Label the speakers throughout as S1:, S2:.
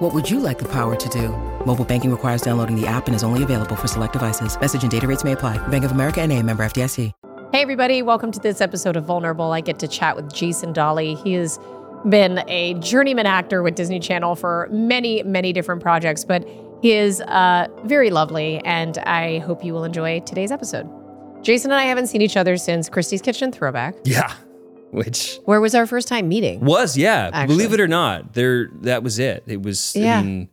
S1: What would you like the power to do? Mobile banking requires downloading the app and is only available for select devices. Message and data rates may apply. Bank of America and a member FDIC.
S2: Hey, everybody, welcome to this episode of Vulnerable. I get to chat with Jason Dolly. He has been a journeyman actor with Disney Channel for many, many different projects, but he is uh, very lovely, and I hope you will enjoy today's episode. Jason and I haven't seen each other since Christie's Kitchen Throwback.
S3: Yeah. Which
S2: Where was our first time meeting?
S3: was, yeah.
S2: Actually.
S3: Believe it or not, there that was it. It was
S2: Yeah.
S3: I mean,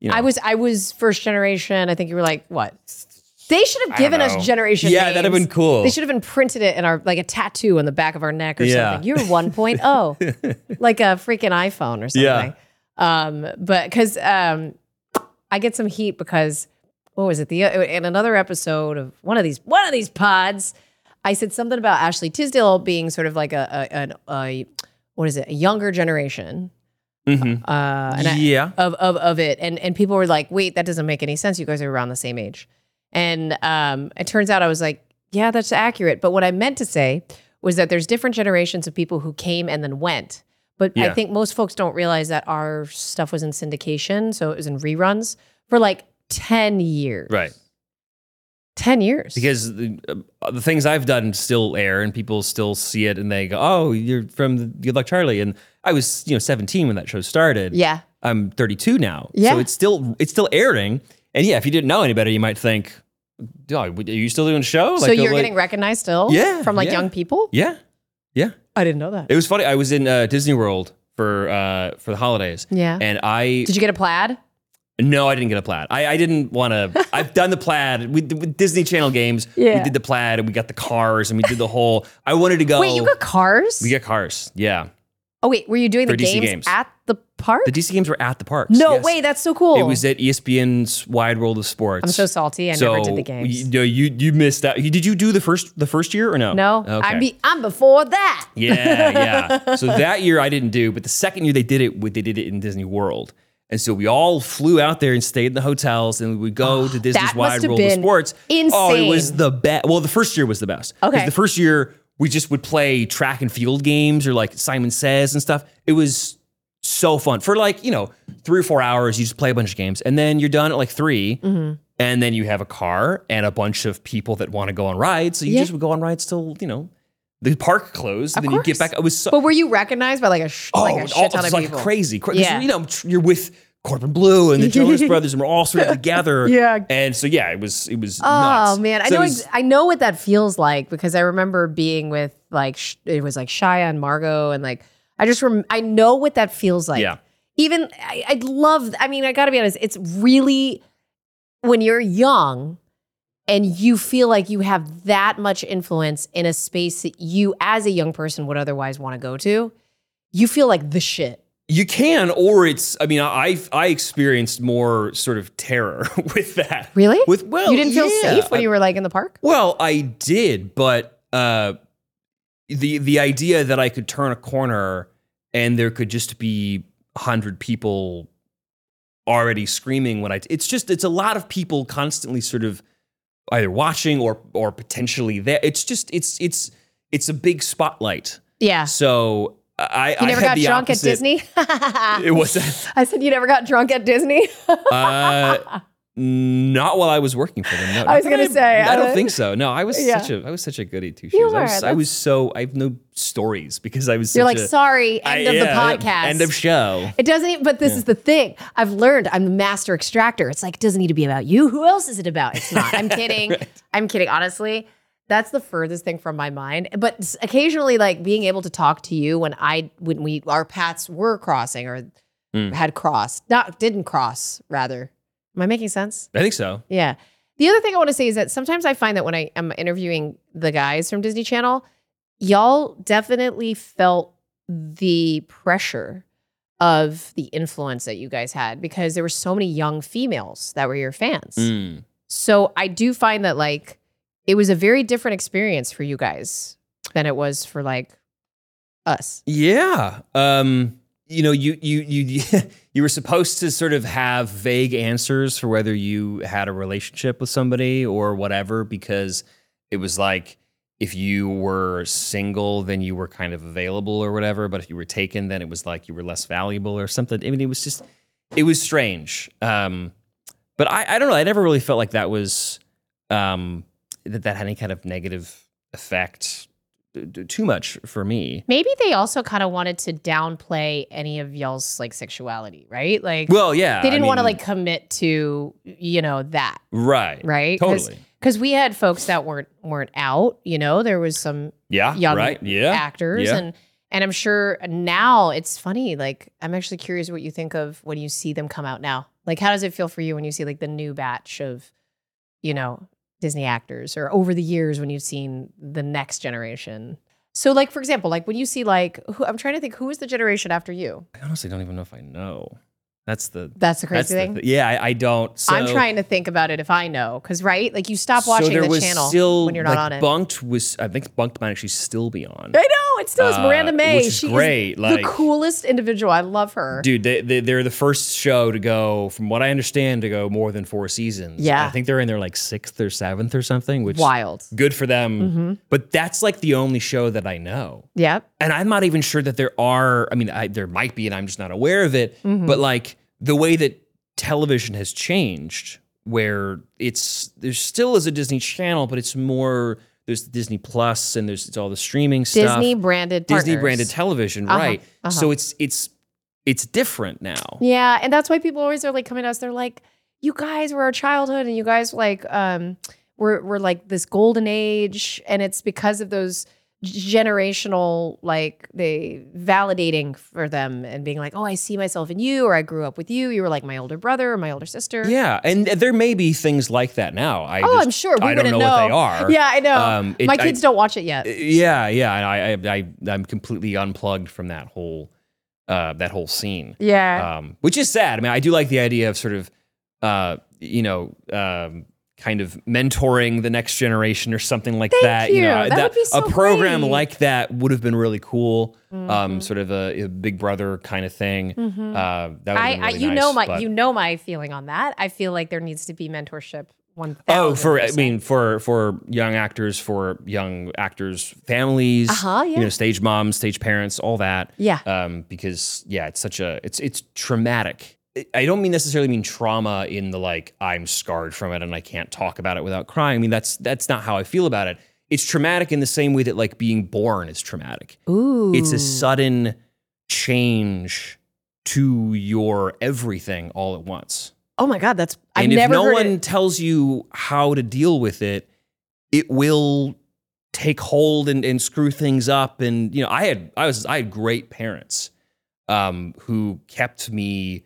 S3: you know.
S2: I was I was first generation. I think you were like what? They should have given us generation.
S3: Yeah, that'd have
S2: names.
S3: been cool.
S2: They should have imprinted it in our like a tattoo on the back of our neck or
S3: Yeah.
S2: something. You're 1.0, like a freaking iPhone or
S3: Yeah.
S2: something. Um, but because um, I get some heat because what was it? The uh, in another episode of one of these one of these pods, I said something about Ashley Tisdale being sort of like a, a, an, a what is it? A younger generation
S3: Mhm.
S2: uh, and I-
S3: Yeah.
S2: of, of of it, and and people were like, "Wait, that doesn't make any sense. You guys are around the same age." And um, it turns out I was like, "Yeah, that's accurate." But what I meant to say was that there's different generations of people who came and then went. But I
S3: Yeah.
S2: think most folks don't realize that our stuff was in syndication, so it was in reruns for like ten years.
S3: Right.
S2: ten years.
S3: Because the, uh, the things I've done still air and people still see it and they go, "Oh, you're from the Good Luck Charlie." And I was, you know, 17 when that show started.
S2: yeah,
S3: I'm 32 now.
S2: Yeah.
S3: So it's still it's still airing. And yeah, if you didn't know any better, you might think, "Dog, are you still doing a show?"
S2: so
S3: Like,
S2: you're
S3: like-
S2: getting recognized still,
S3: Yeah,
S2: from like
S3: yeah.
S2: young people.
S3: Yeah. Yeah.
S2: I didn't know that.
S3: It was funny. I was in uh, Disney World for uh, for the holidays.
S2: Yeah.
S3: And I
S2: Did you get a plaid?
S3: no, I didn't get a plaid. I, I didn't want to. I've done the plaid with, with Disney Channel games.
S2: Yeah.
S3: We did the plaid and we got the cars and we did the whole. I wanted to go.
S2: Wait, you got cars?
S3: Oh. we got cars. Yeah.
S2: Oh wait, were you doing the
S3: For DC
S2: games,
S3: games.
S2: at the park?
S3: The DC games were at the parks.
S2: no
S3: yes.
S2: way, that's so cool.
S3: It was at E ESPN's Wide World of Sports.
S2: I'm so salty. I never did the games.
S3: You, no, you you missed out. You- Did you do the first the first year or no?
S2: no,
S3: Okay.
S2: I'm be, I'm before that.
S3: Yeah, yeah. so that year I didn't do, but the second year they did it, with- they did it in Disney World. And so we all flew out there and stayed in the hotels, and we would go to Disney's
S2: must
S3: Wide
S2: have
S3: World of
S2: been
S3: Sports. Oh, it was
S2: insane.
S3: the best. Well, the first year was the best. 'Cause
S2: Okay.
S3: The first year we just would play track and field games or like Simon Says and stuff. It was so fun for like you know three or four hours. You just play a bunch of games, and then you're done at like 3
S2: Mm-hmm.
S3: and then you have a car and a bunch of people that want to go on rides. So you
S2: Yeah.
S3: just would go on rides till you know the park closed.
S2: Of
S3: then you
S2: course.
S3: get back. It was so
S2: But were you recognized by like a sh-
S3: oh,
S2: like a
S3: it's
S2: shit ton
S3: all,
S2: of
S3: it's like
S2: people?
S3: crazy. Cra- 'cause,
S2: Yeah.
S3: you know tr- you're with Corbin Blue and the Jonas Brothers, and we're all sort of together.
S2: Yeah.
S3: and so yeah, it was it was.
S2: Oh
S3: nuts.
S2: man, I
S3: So it
S2: know
S3: was-
S2: ex- I know what that feels like because I remember being with like sh- it was like Shia and Margot and like I just rem- I know what that feels like.
S3: Yeah.
S2: Even I, I love. I mean, I got to be honest. It's really when you're young and you feel like you have that much influence in a space that you, as a young person, would otherwise want to go to. You feel like the shit.
S3: You can, or it's. I mean, I I experienced more sort of terror with that.
S2: Really?
S3: With well,
S2: you didn't feel
S3: yeah.
S2: safe when you were like in the park.
S3: Well, I did, but uh, the the idea that I could turn a corner and there could just be hundred people already screaming when I it's just it's a lot of people constantly sort of either watching or or potentially there. It's just it's it's it's a big spotlight.
S2: Yeah.
S3: So I
S2: You never
S3: I had
S2: got
S3: the
S2: drunk
S3: opposite.
S2: at Disney.
S3: It was
S2: I said you never got drunk at Disney.
S3: uh, not while I was working for them. No,
S2: I was
S3: Not
S2: gonna
S3: that
S2: say,
S3: I, don't
S2: uh,
S3: think so. No, I was
S2: yeah.
S3: such a I was such a goody two
S2: You
S3: shoes. I was,
S2: were,
S3: I was so I have no stories because I was.
S2: You're
S3: such
S2: like,
S3: a-
S2: sorry, end
S3: I-
S2: of
S3: yeah,
S2: the
S3: yeah,
S2: podcast.
S3: end of show.
S2: it doesn't even, but this is the thing. I've learned I'm the master extractor. It's like, it doesn't need to be about you. Who else is it about? It's not. I'm kidding. I'm kidding. Honestly, that's the furthest thing from my mind. But s- occasionally, like being able to talk to you when I, when we, our paths were crossing or had crossed, not, didn't cross, rather. Am I making sense?
S3: I think so.
S2: Yeah. The other thing I want to say is that sometimes I find that when I am interviewing the guys from Disney Channel, y'all definitely felt the pressure of the influence that you guys had because there were so many young females that were your fans.
S3: Mm.
S2: So I do find that like it was a very different experience for you guys than it was for like us.
S3: Yeah. Um, you know, you you you you were supposed to sort of have vague answers for whether you had a relationship with somebody or whatever, because it was like if you were single, then you were kind of available or whatever. But if you were taken, then it was like you were less valuable or something. I mean, it was just it was strange. Um, but I, I don't know. I never really felt like that was um, that that had any kind of negative effect uh, t- too much for me.
S2: Maybe they also kind of wanted to downplay any of y'all's like sexuality, right? Like
S3: Well, yeah.
S2: they didn't
S3: I
S2: want to
S3: mean,
S2: like commit to you know that,
S3: Right.
S2: right?
S3: Totally.
S2: Because we had folks that weren't weren't out. You know, there was some
S3: Yeah.
S2: young
S3: right. Yeah.
S2: actors
S3: yeah.
S2: and and I'm sure now it's funny. Like I'm actually curious what you think of when you see them come out now. Like how does it feel for you when you see like the new batch of, you know, Disney actors or over the years when you've seen the next generation? So like for example, like when you see like who I'm trying to think who was the generation after you?
S3: I honestly don't even know if I know. That's the
S2: That's the crazy
S3: that's the
S2: thing.
S3: thi- yeah. I, I don't. So,
S2: I'm trying to think about it if I know, because right, like you stop watching
S3: so there
S2: the
S3: was
S2: channel
S3: still,
S2: when you're not
S3: like,
S2: on it.
S3: Bunked was I think Bunked might actually still be on.
S2: I know it still is
S3: Uh,
S2: Miranda May.
S3: which is
S2: She is
S3: great. like
S2: the coolest individual. I love her.
S3: Dude, they, they, they're the first show to go, from what I understand, to go more than four seasons.
S2: Yeah.
S3: I think they're in their like sixth or seventh or something, which
S2: Wild.
S3: good for them.
S2: Mm-hmm.
S3: But that's like the only show that I know.
S2: Yep.
S3: and I'm not even sure that there are. I mean, I, there might be, and I'm just not aware of it.
S2: Mhm.
S3: But like the way that television has changed, where it's there still is a Disney Channel, but it's more there's Disney Plus and there's it's all the streaming stuff,
S2: Disney branded
S3: Disney
S2: partners.
S3: branded television,
S2: Uh-huh,
S3: right?
S2: uh-huh.
S3: So it's it's it's different now.
S2: Yeah, and that's why people always are like coming to us. They're like, "You guys were our childhood, and you guys like um, were were like this golden age, and it's because of those." generational like they validating for them and being like oh i see myself in you or i grew up with you you were like my older brother or my older sister
S3: Yeah, and there may be things like that now. I
S2: oh
S3: just,
S2: i'm sure we
S3: I don't
S2: wouldn't
S3: know, what they are.
S2: yeah i know
S3: Um, it-
S2: my
S3: I-
S2: kids don't watch it yet
S3: yeah, yeah. And I, I, I, I'm completely unplugged from that whole, uh, that whole scene.
S2: yeah
S3: um, which is sad. I mean, I do like the idea of sort of, uh, you know, um, kind of mentoring the next generation or something like
S2: Thank
S3: that.
S2: you.
S3: know, I-
S2: That would be so
S3: a program
S2: great.
S3: like that would have been really cool. Um,
S2: Mhm.
S3: sort of a, a Big Brother kind of thing.
S2: Mhm.
S3: Uh, that
S2: I,
S3: would have been
S2: I
S3: really
S2: you
S3: nice,
S2: know my
S3: but-
S2: you know my feeling on that. I feel like there needs to be mentorship. One
S3: Oh, for I mean, for for young actors, for young actors' families,
S2: Uh-huh, yeah.
S3: you know, stage moms, stage parents, all that.
S2: yeah,
S3: um, because yeah, it's such a it's it's traumatic. I- I don't mean necessarily mean trauma in the like I'm scarred from it and I can't talk about it without crying. I mean that's that's not how I feel about it. It's traumatic in the same way that like being born is traumatic.
S2: ooh,
S3: It's a sudden change to your everything all at once.
S2: oh my god, that's I've
S3: and if
S2: never
S3: no
S2: heard
S3: one
S2: it.
S3: tells you how to deal with it, it will take hold and, and screw things up. And you know, I had I was I had great parents um, who kept me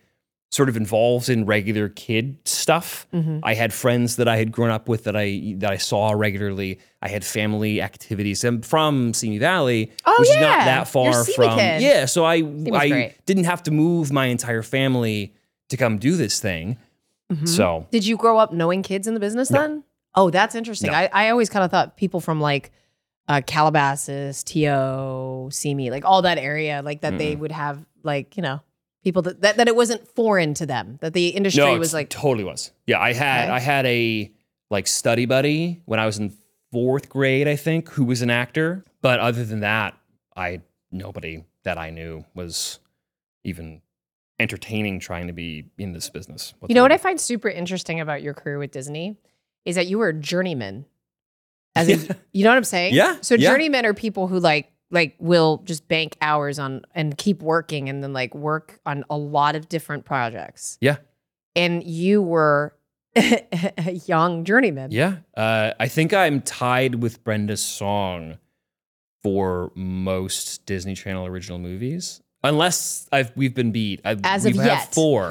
S3: sort of involved in regular kid stuff.
S2: Mhm.
S3: I had friends that I had grown up with that I that I saw regularly. I had family activities. I'm from Simi Valley,
S2: Oh,
S3: which is
S2: yeah.
S3: not that
S2: You're
S3: far
S2: a Simi
S3: from.
S2: kid.
S3: Yeah, so I I
S2: great.
S3: didn't have to move my entire family to come do this thing.
S2: mm-hmm.
S3: So
S2: Did you grow up knowing kids in the business then? Oh, that's interesting.
S3: No.
S2: I, I always kind of thought people from like uh, Calabasas, To, Simi, like all that area, like that
S3: Mm-hmm.
S2: they would have like you know people that, that that it wasn't foreign to them that the industry
S3: no,
S2: was
S3: it's-
S2: like
S3: totally was. Yeah, I had
S2: Okay.
S3: I had a like study buddy when I was in fourth grade, I think, who was an actor. But other than that, I nobody that I knew was even entertaining trying to be in this business.
S2: You know what I find super interesting about your career with Disney is that you were a journeyman. As
S3: Yeah.
S2: in, you know what I'm saying?
S3: Yeah,
S2: So
S3: yeah.
S2: journeymen are people who like like will just bank hours on and keep working and then like work on a lot of different projects.
S3: Yeah.
S2: And you were a young journeyman.
S3: Yeah, uh, I think I'm tied with Brenda Song for most Disney Channel original movies, unless I've we've been beat. I've,
S2: As
S3: we've
S2: of
S3: had
S2: yet.
S3: four.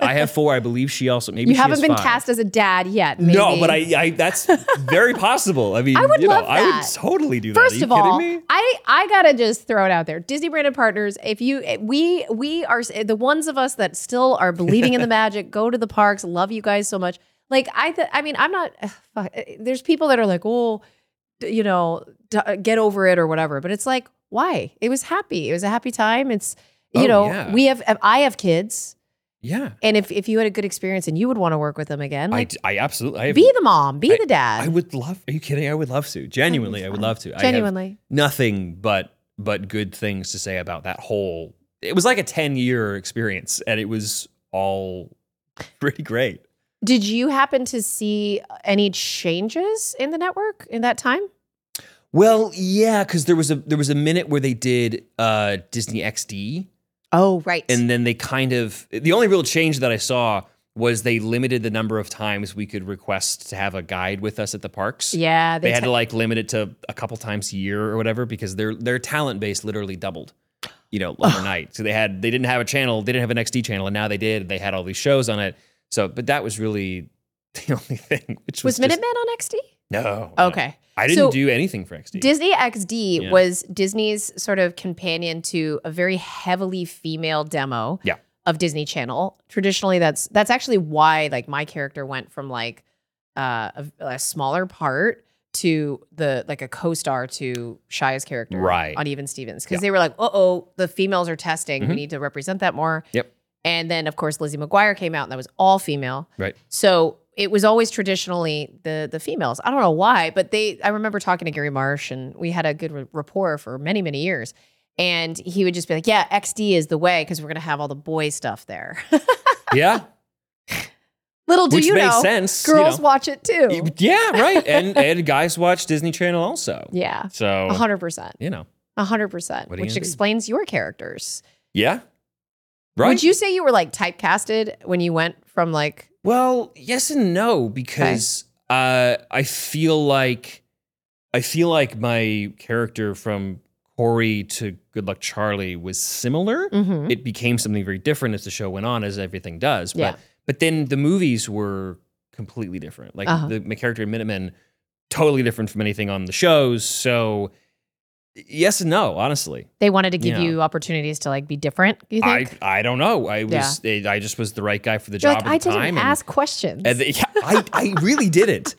S3: I have four. I believe she also maybe
S2: you
S3: she
S2: haven't
S3: has
S2: been
S3: five.
S2: cast as a dad yet. Maybe.
S3: No, but I, I that's very possible. I mean,
S2: I would
S3: you know,
S2: love
S3: I would
S2: that.
S3: totally do that. Are
S2: First
S3: you
S2: of all,
S3: kidding me?
S2: I I gotta just throw it out there. Disney branded partners. If you eh, we eh, we are the ones of us that still are believing in the magic. Go to the parks. Love you guys so much. Like I, th- I mean, I'm not. ugh, fuck. Uh, There's people that are like, oh, d- you know, d- uh, get over it or whatever. But it's like, why? It was happy. It was a happy time. It's you
S3: Oh,
S2: know,
S3: yeah.
S2: we have. eh, I have kids,
S3: Yeah,
S2: and if if you had a good experience and you would want to work with them again,
S3: I,
S2: like
S3: I absolutely. I, have-
S2: be the mom, be
S3: I-
S2: the dad,
S3: I would love. Are you kidding? I would love to. Genuinely, I would
S2: fun.
S3: love to. I have
S2: genuinely.
S3: nothing but but good things to say about that whole. It was like a ten year experience, and it was all pretty great.
S2: Did you happen to see uh, any changes in the network in that time?
S3: Well, yeah, because there was a there was a minute where they did uh, Disney XD,
S2: Oh, right.
S3: and then they kind of the only real change that I saw was they limited the number of times we could request to have a guide with us at the parks.
S2: yeah,
S3: They
S2: they,
S3: had
S2: te-
S3: to like limit it to a couple times a year or whatever because their their talent base literally doubled, you know, overnight. so they had they didn't have a channel, they didn't have an XD channel, and now they did. They had all these shows on it. So, but that was really the only thing. Which was,
S2: was
S3: just-
S2: Minutemen on XD.
S3: No, no.
S2: Okay.
S3: I didn't
S2: So-
S3: do anything for XD.
S2: Disney XD
S3: Yeah.
S2: was Disney's sort of companion to a very heavily female demo
S3: Yeah.
S2: of Disney Channel. Traditionally, that's that's actually why like my character went from like uh, a, a smaller part to the like a co-star to Shia's character
S3: Right.
S2: on Even Stevens because
S3: Yeah.
S2: they were like, uh oh, the females are testing. We
S3: Mhm.
S2: need to represent that more.
S3: Yep.
S2: And then of course Lizzie McGuire came out and that was all female.
S3: Right.
S2: So it was always traditionally the the females. I don't know why, but they. I remember talking to Gary Marsh, and we had a good r- rapport for many many years. And he would just be like, "Yeah, XD is the way because we're gonna have all the boy stuff there."
S3: yeah,
S2: Little do
S3: which
S2: you
S3: makes
S2: know,
S3: sense. you
S2: girls
S3: know.
S2: watch it too.
S3: Yeah, right. And and guys watch Disney Channel also.
S2: yeah,
S3: So
S2: a hundred percent,
S3: you know,
S2: a hundred percent,
S3: Oh. What are you
S2: which
S3: gonna do?
S2: explains your characters.
S3: yeah, right.
S2: Would you say you were like typecasted when you went from like
S3: Well, yes and no because uh, I feel like I feel like my character from Corey to Good Luck Charlie was similar.
S2: mhm,
S3: It became something very different as the show went on, as everything does. But
S2: Yeah.
S3: but then the movies were completely different. Like
S2: Uh-huh.
S3: the my character in Minutemen, totally different from anything on the shows. So yes and no, honestly.
S2: they wanted to give
S3: Yeah.
S2: you opportunities to like be different? You
S3: I
S2: think?
S3: I don't know. I was eh, I just was the right guy for the
S2: You're
S3: job
S2: like,
S3: at
S2: I
S3: the
S2: didn't
S3: time. and-
S2: ask questions,
S3: and they- yeah, I I really didn't.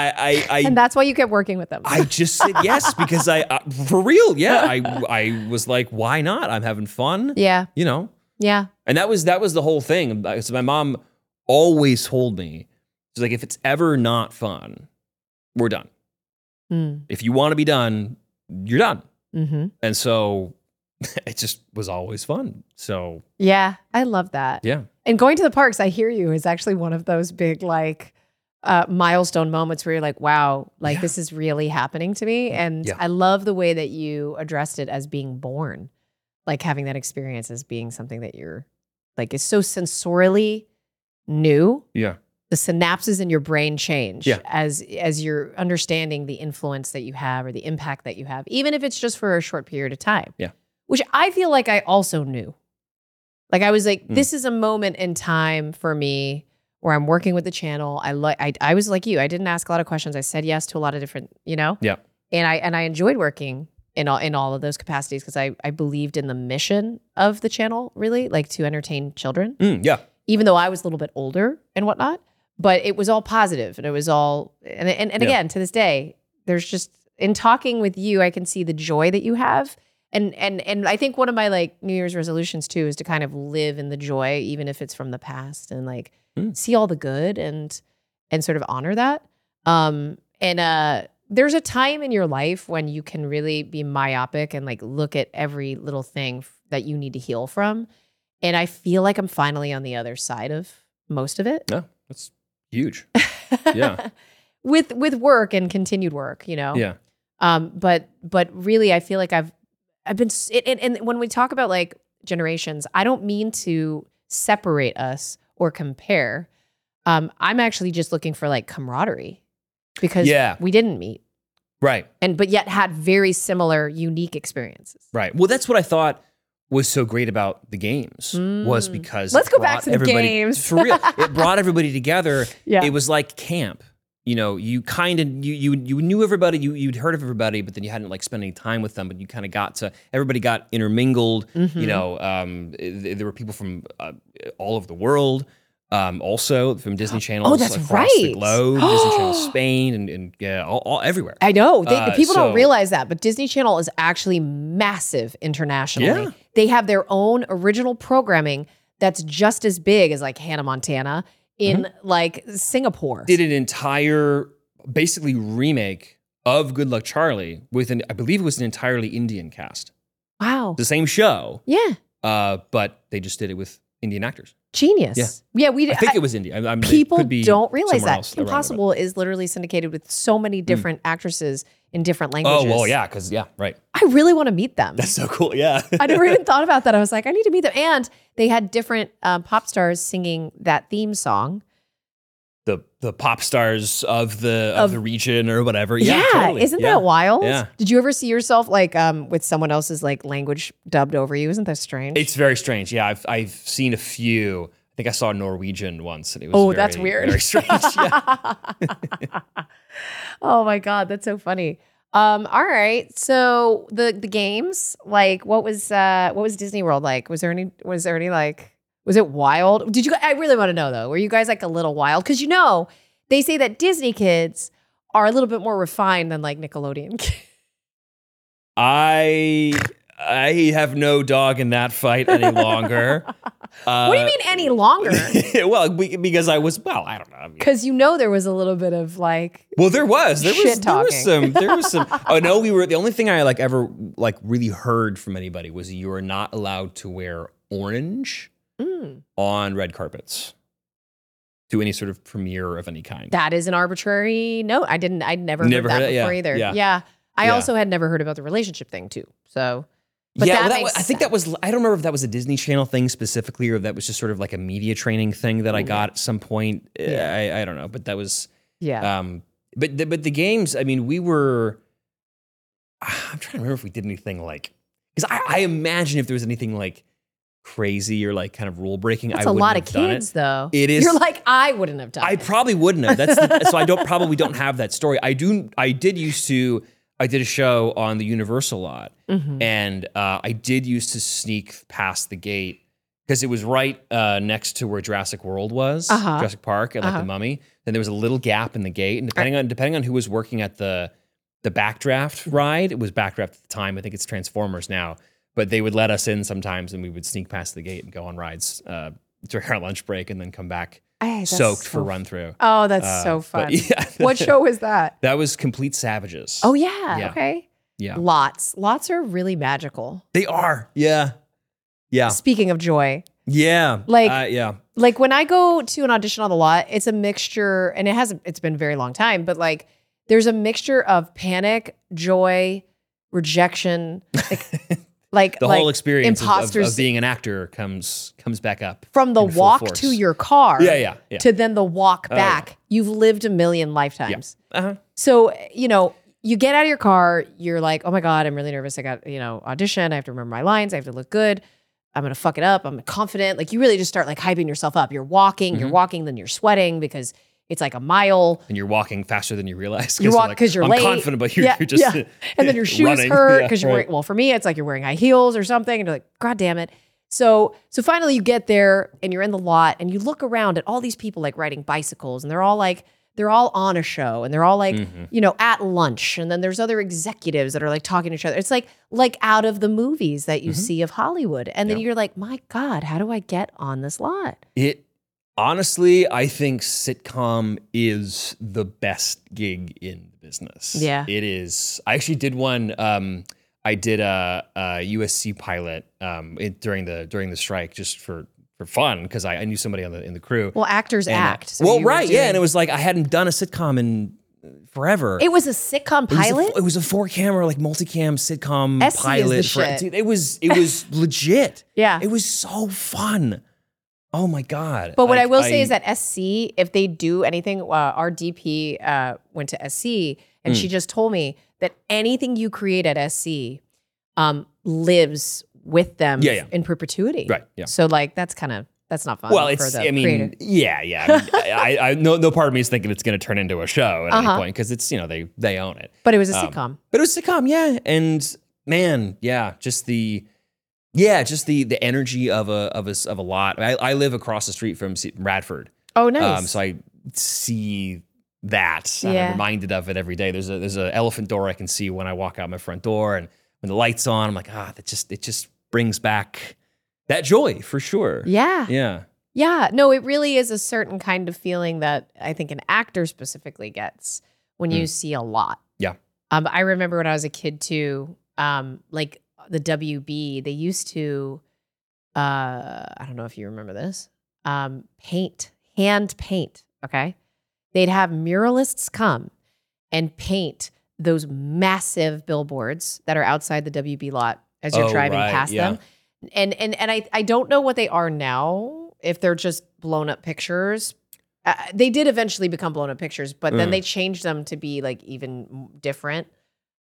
S3: I I I,
S2: and that's why you kept working with them.
S3: I just said yes because I uh, for real. Yeah, I I was like, why not? I'm having fun.
S2: yeah,
S3: You know.
S2: yeah.
S3: And that was that was the whole thing. Like, So my mom always told me, she's like, if it's ever not fun, we're done.
S2: Mm,
S3: If you want to be done, you're done.
S2: hmm
S3: And so it just was always fun. So
S2: Yeah, I love that.
S3: yeah,
S2: And going to the parks, I hear you, is actually one of those big like uh, milestone moments where you're like, wow, like
S3: Yeah.
S2: this is really happening to me. And
S3: Yeah.
S2: I love the way that you addressed it as being born, like having that experience as being something that you're like is so sensorially new.
S3: yeah,
S2: The synapses in your brain change
S3: Yeah.
S2: as as you're understanding the influence that you have or the impact that you have, even if it's just for a short period of time.
S3: Yeah.
S2: Which I feel like I also knew. Like I was like,
S3: Mm.
S2: this is a moment in time for me where I'm working with the channel. I like I I was like you. I didn't ask a lot of questions. I said yes to a lot of different, you know?
S3: Yeah.
S2: And I and I enjoyed working in all in all of those capacities because I, I believed in the mission of the channel, really, like to entertain children
S3: Mm, yeah,
S2: even though I was a little bit older and whatnot, but it was all positive and it was all and and, and
S3: Yeah.
S2: again to this day, there's just in talking with you, I can see the joy that you have. And and and I think one of my like New Year's resolutions too is to kind of live in the joy, even if it's from the past and like
S3: Mm.
S2: see all the good and and sort of honor that. Um and uh there's a time in your life when you can really be myopic and like look at every little thing f- that you need to heal from and I feel like I'm finally on the other side of most of it.
S3: no, that's huge. Yeah.
S2: with with work and continued work, you know.
S3: Yeah,
S2: Um but but really I feel like I've I've been s- it, and, and when we talk about like generations, I don't mean to separate us or compare. Um I'm actually just looking for like camaraderie because
S3: Yeah.
S2: we didn't meet
S3: right.
S2: and but yet had very similar unique experiences.
S3: Right. Well, that's what I thought was so great about the games was
S2: Mm.
S3: because
S2: Let's
S3: it
S2: go back
S3: brought
S2: to the
S3: everybody-
S2: games.
S3: for real. It brought everybody together.
S2: Yeah.
S3: It was like camp. You know, you kind of you you you knew everybody, you you'd heard of everybody, but then you hadn't like spent any time with them. But you kind of got to everybody got
S2: Hmm. Mm-hmm.
S3: intermingled. You know, um, th- there were people from uh, all over the world. Um, also from Disney Channel,
S2: Oh, that's
S3: across
S2: right.
S3: the globe, Disney Channel Spain, and, and yeah, all, all everywhere.
S2: I know. They,
S3: Uh,
S2: people don't
S3: so-
S2: realize that, but Disney Channel is actually massive internationally.
S3: Yeah.
S2: They have their own original programming that's just as big as like Hannah Montana in like Singapore.
S3: Mm-hmm. did an entire basically remake of Good Luck Charlie with an I believe it was an entirely Indian cast.
S2: wow.
S3: The same show,
S2: Yeah.
S3: uh, but they just did it with Indian actors.
S2: Genius. Yeah. we
S3: I
S2: did.
S3: think it was Indian. I, I'm, it
S2: people
S3: could be
S2: don't realize
S3: somewhere
S2: that.
S3: else
S2: Kim
S3: around it, but-
S2: Possible is literally syndicated with so many different actresses in different languages.
S3: Oh well, yeah, because yeah, right.
S2: I really want to meet them.
S3: That's so cool. Yeah.
S2: I never even thought about that. I was like, I need to meet them. And they had different um, pop stars singing that theme song.
S3: the the pop stars of the of,
S2: Of-
S3: the region or whatever. Yeah, totally.
S2: isn't
S3: Yeah.
S2: that wild?
S3: Yeah.
S2: Did you ever see yourself like um, with someone else's like language dubbed over you? Isn't that strange?
S3: It's very strange. Yeah, I've I've seen a few. I think I saw a Norwegian once, and it was
S2: oh,
S3: very-
S2: that's weird.
S3: Very strange. yeah.
S2: oh my god, that's so funny. Um, all right. So the the games, like what was uh what was Disney World like? Was there any was there any like was it wild? Did you I really want to know though. Were you guys like a little wild? Cuz you know, they say that Disney kids are a little bit more refined than like Nickelodeon kids.
S3: I I have no dog in that fight any longer. Uh,
S2: what do you mean any longer?
S3: well, be- because I was well, I don't know. I mean-
S2: Cuz you know there was a little bit of like
S3: well, there was there was
S2: Shit
S3: there was
S2: talking.
S3: some there was some. Oh no, we were the only thing I like ever like really heard from anybody was you are not allowed to wear orange
S2: mm,
S3: on red carpets to any sort of premiere of any kind.
S2: that is an arbitrary note. I didn't I'd never,
S3: Never
S2: heard that
S3: heard it, yeah,
S2: before either.
S3: yeah,
S2: I
S3: yeah.
S2: also had never heard about the relationship thing too. So but that
S3: well,
S2: makes
S3: was, I think that was I don't remember if that was a Disney Channel thing specifically or if that was just sort of like a media training thing that I
S2: Mhm.
S3: got at some point. Eh,
S2: Yeah.
S3: I I don't know, but that was
S2: yeah.
S3: um but the, but the games, I mean, we were I'm trying to remember if we did anything like cuz I, I imagine if there was anything like crazy or like kind of rule breaking, I
S2: That's a
S3: wouldn't
S2: lot of
S3: have done it.
S2: kids, though.
S3: It is-
S2: You're like I wouldn't have done.
S3: I
S2: it.
S3: probably wouldn't have. That's the, so I don't probably don't have that story. I do. I did used to. I did a show on the Universal lot,
S2: Mhm.
S3: and uh, I did used to sneak past the gate because it was right uh, next to where Jurassic World was,
S2: Uh-huh.
S3: Jurassic Park, and like
S2: Uh-huh.
S3: the Mummy. Then there was a little gap in the gate, and depending on depending on who was working at the the
S2: Mm-hmm.
S3: backdraft ride, it was backdraft at the time. I think it's Transformers now, but they would let us in sometimes, and we would sneak past the gate and go on rides uh, during our lunch break, and then come back
S2: Hey, that's
S3: soaked
S2: so
S3: for
S2: f-
S3: run through.
S2: Oh, that's so
S3: Uh,
S2: fun.
S3: but yeah.
S2: what show was that?
S3: That was Complete Savages.
S2: Oh yeah.
S3: Yeah.
S2: Okay.
S3: yeah.
S2: Lots. Lots are really magical.
S3: They are. Yeah. Yeah.
S2: Speaking of joy,
S3: Yeah.
S2: Like-
S3: uh, yeah.
S2: like when I go to an audition on the lot, it's a mixture, and it hasn't. It's been a very long time, but like there's a mixture of panic, joy, rejection, like like,
S3: The
S2: like
S3: whole experience of- of, of,
S2: imposters-
S3: being an actor comes comes back up.
S2: from the
S3: in full
S2: walk
S3: force.
S2: to your car.
S3: Yeah, yeah, yeah.
S2: To then the walk
S3: Oh, yeah.
S2: back. You've lived a million lifetimes.
S3: Uh-huh.
S2: So, you know, you get out of your car, you're like, oh my God, I'm really nervous. I got, you know, audition. I have to remember my lines. I have to look good. I'm going to fuck it up. I'm confident. Like, you really just start like hyping yourself up. You're walking,
S3: Mm-hmm.
S2: you're walking, then you're sweating because it's like a mile.
S3: And you're walking faster than you realize.
S2: You walk
S3: like,
S2: because you're
S3: I'm
S2: late.
S3: confident, but you're,
S2: Yeah,
S3: you're just.
S2: yeah. and then your shoes
S3: running.
S2: hurt
S3: Yeah,
S2: because you're
S3: right.
S2: wearing. Well, for me, it's like you're wearing high heels or something, and you're like, God damn it. So, so finally, you get there and you're in the lot, and you look around at all these people like riding bicycles, and they're all like, they're all on a show, and they're all like,
S3: Mm-hmm.
S2: you know, at lunch, and then there's other executives that are like talking to each other. It's like like out of the movies that
S3: Mm-hmm.
S2: you see of Hollywood, and then you're like, my God, how do I get on this lot?
S3: It honestly, I think sitcom is the best gig in the business.
S2: Yeah.
S3: it is. I actually did one. Um, I did a, a USC pilot um, it, during the during the strike just for for fun because I, I knew somebody on the in the crew.
S2: Well, actors
S3: And, uh,
S2: act. so
S3: well,
S2: you were
S3: right, yeah, and
S2: doing-
S3: it was like I hadn't done a sitcom in forever.
S2: it was a sitcom
S3: It was a-
S2: pilot.
S3: It was a, four camera, like multicam sitcom
S2: SC is the
S3: pilot.
S2: shit.
S3: dude, it was it was legit.
S2: Yeah.
S3: It was so fun. Oh my god!
S2: But what I
S3: Like,
S2: will say is that SC, if they do anything, uh, our DP uh, went to SC, and
S3: Mm.
S2: she just told me that anything you create at SC um, lives with them
S3: Yeah, yeah.
S2: in perpetuity.
S3: Right, yeah.
S2: So like that's kind of that's not fun.
S3: Well,
S2: for
S3: it's.
S2: the
S3: I mean,
S2: creator.
S3: yeah, yeah. I, mean, I, I no, no part of me is thinking it's going to turn into a show at
S2: Uh-huh.
S3: any point because it's you know they they own it.
S2: but it was a
S3: um,
S2: sitcom.
S3: But it was sitcom, yeah. And man, yeah, just the Yeah, just the the energy of a of a s- of a lot. I, I live across the street from Se- Radford,
S2: Oh, nice.
S3: um, so I see that. and
S2: Yeah.
S3: I'm reminded of it every day. There's a there's an elephant door I can see when I walk out my front door, and when the lights on, I'm like, ah, that just it just brings back that joy for sure.
S2: yeah.
S3: yeah.
S2: Yeah, no, it really is a certain kind of feeling that I think an actor specifically gets when you see a lot.
S3: Mm. Yeah.
S2: Um, I remember when I was a kid too, um, like the WB, they used to, uh, I don't know if you remember this, um, paint, hand paint. Okay. They'd have muralists come and paint those massive billboards that are outside the WB lot as you're
S3: Oh,
S2: driving
S3: right,
S2: past
S3: yeah.
S2: them and and and I I don't know what they are now. If they're just blown up pictures, uh, they did eventually become blown up pictures, but then
S3: Mm.
S2: they changed them to be like even m- different.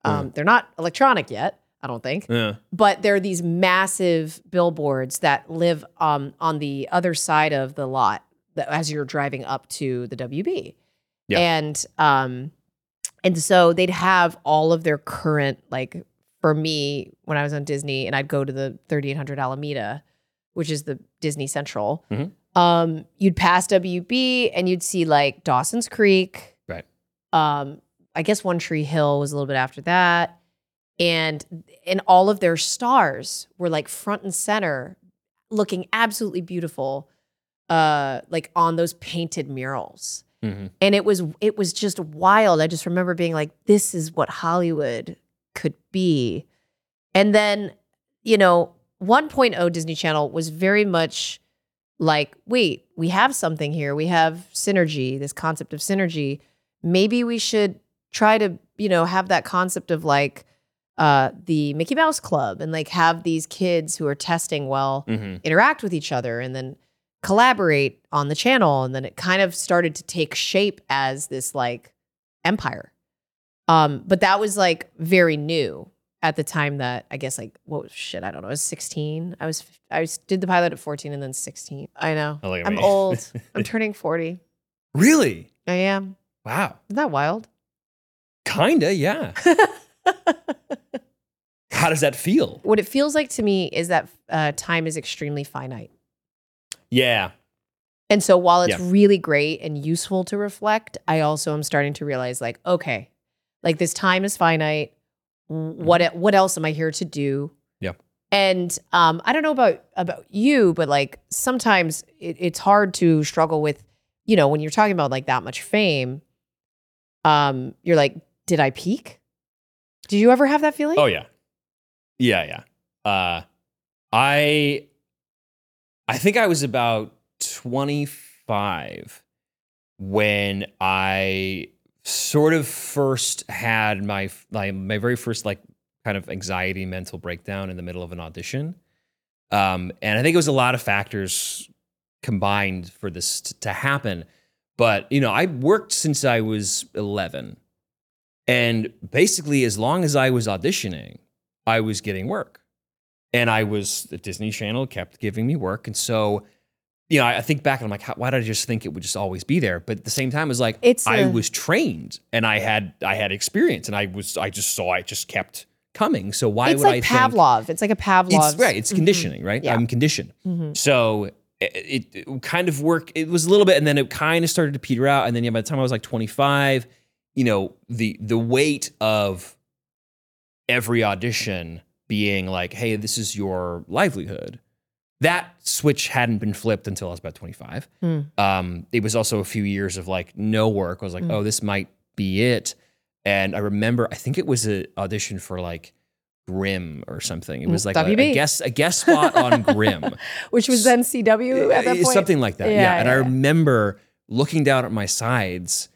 S2: Um, They're not electronic yet, I don't think,
S3: Yeah.
S2: but they're these massive billboards that live um, on the other side of the lot that, as you're driving up to the WB,
S3: Yeah.
S2: and um, and so they'd have all of their current like for me when I was on Disney and I'd go to the 3800 Alameda, which is the Disney Central.
S3: Mhm.
S2: Um, you'd pass WB and you'd see like Dawson's Creek.
S3: Right.
S2: Um, I guess One Tree Hill was a little bit after that. And and all of their stars were like front and center, looking absolutely beautiful, uh, like on those painted murals
S3: hmm
S2: and it was it was just wild i just remember being like this is what hollywood could be and then you know 1.0 disney channel was very much like wait we have something here we have synergy this concept of synergy maybe we should try to you know have that concept of like uh the mickey mouse club and like have these kids who are testing well
S3: hmm
S2: interact with each other and then collaborate on the channel and then it kind of started to take shape as this like empire um but that was like very new at the time that i guess like what was shit i don't know i was 16 i was fif- i was, did the pilot at 14 and then 16 i know
S3: I like it,
S2: i'm
S3: man.
S2: old i'm turning 40
S3: Really?
S2: i am
S3: Wow.
S2: isn't that wild
S3: Kinda. Yeah. How does that feel?
S2: what it feels like to me is that uh, time is extremely finite
S3: Yeah.
S2: And so while it's
S3: Yeah.
S2: really great and useful to reflect, I also am starting to realize like, okay, like this time is finite. W- What e- what else am I here to do?
S3: Mm-hmm. Yeah.
S2: And um, I don't know about about you, but like sometimes it, it's hard to struggle with, you know, when you're talking about like that much fame, um, you're like, did I peak? Did you ever have that feeling?
S3: Oh yeah. Yeah, yeah. Uh I I think I was about 25 when I sort of first had my my, my very first like kind of anxiety mental breakdown in the middle of an audition. Um and I think it was a lot of factors combined for this t- to happen. But, you know, I worked since I was 11. And basically, as long as I was auditioning, I was getting work. And I was, the Disney Channel kept giving me work. And so, you know, I, I think back and I'm like, how, why did I just think it would just always be there? But at the same time, it's like,
S2: It's uh,
S3: I
S2: a-
S3: was trained and I had, I had experience and I was, I just saw it just kept coming. So why
S2: it's
S3: would
S2: like
S3: I think?
S2: Pavlov. It's like a Pavlov. Mm-hmm.
S3: It's right. It's conditioning, right?
S2: Yeah.
S3: I'm conditioned.
S2: hmm
S3: So it, it, it kind of work. It was a little bit, and then it kind of started to peter out. And then yeah, by the time I was like 25, you know, the the weight of every audition being like, "Hey, this is your livelihood." That switch hadn't been flipped until I was about 25.
S2: Hmm.
S3: Um, it was also a few years of like no work. I was like,
S2: Mm.
S3: "Oh, this might be it." And I remember, I think it was an audition for like Grimm or something. It
S2: Mm,
S3: was like a,
S2: WB.
S3: a guest a guest spot on Grimm.
S2: Which was then CW at that
S3: uh, It's
S2: point.
S3: Something like that. Yeah.
S2: Yeah,
S3: And I
S2: yeah.
S3: remember looking down at my sides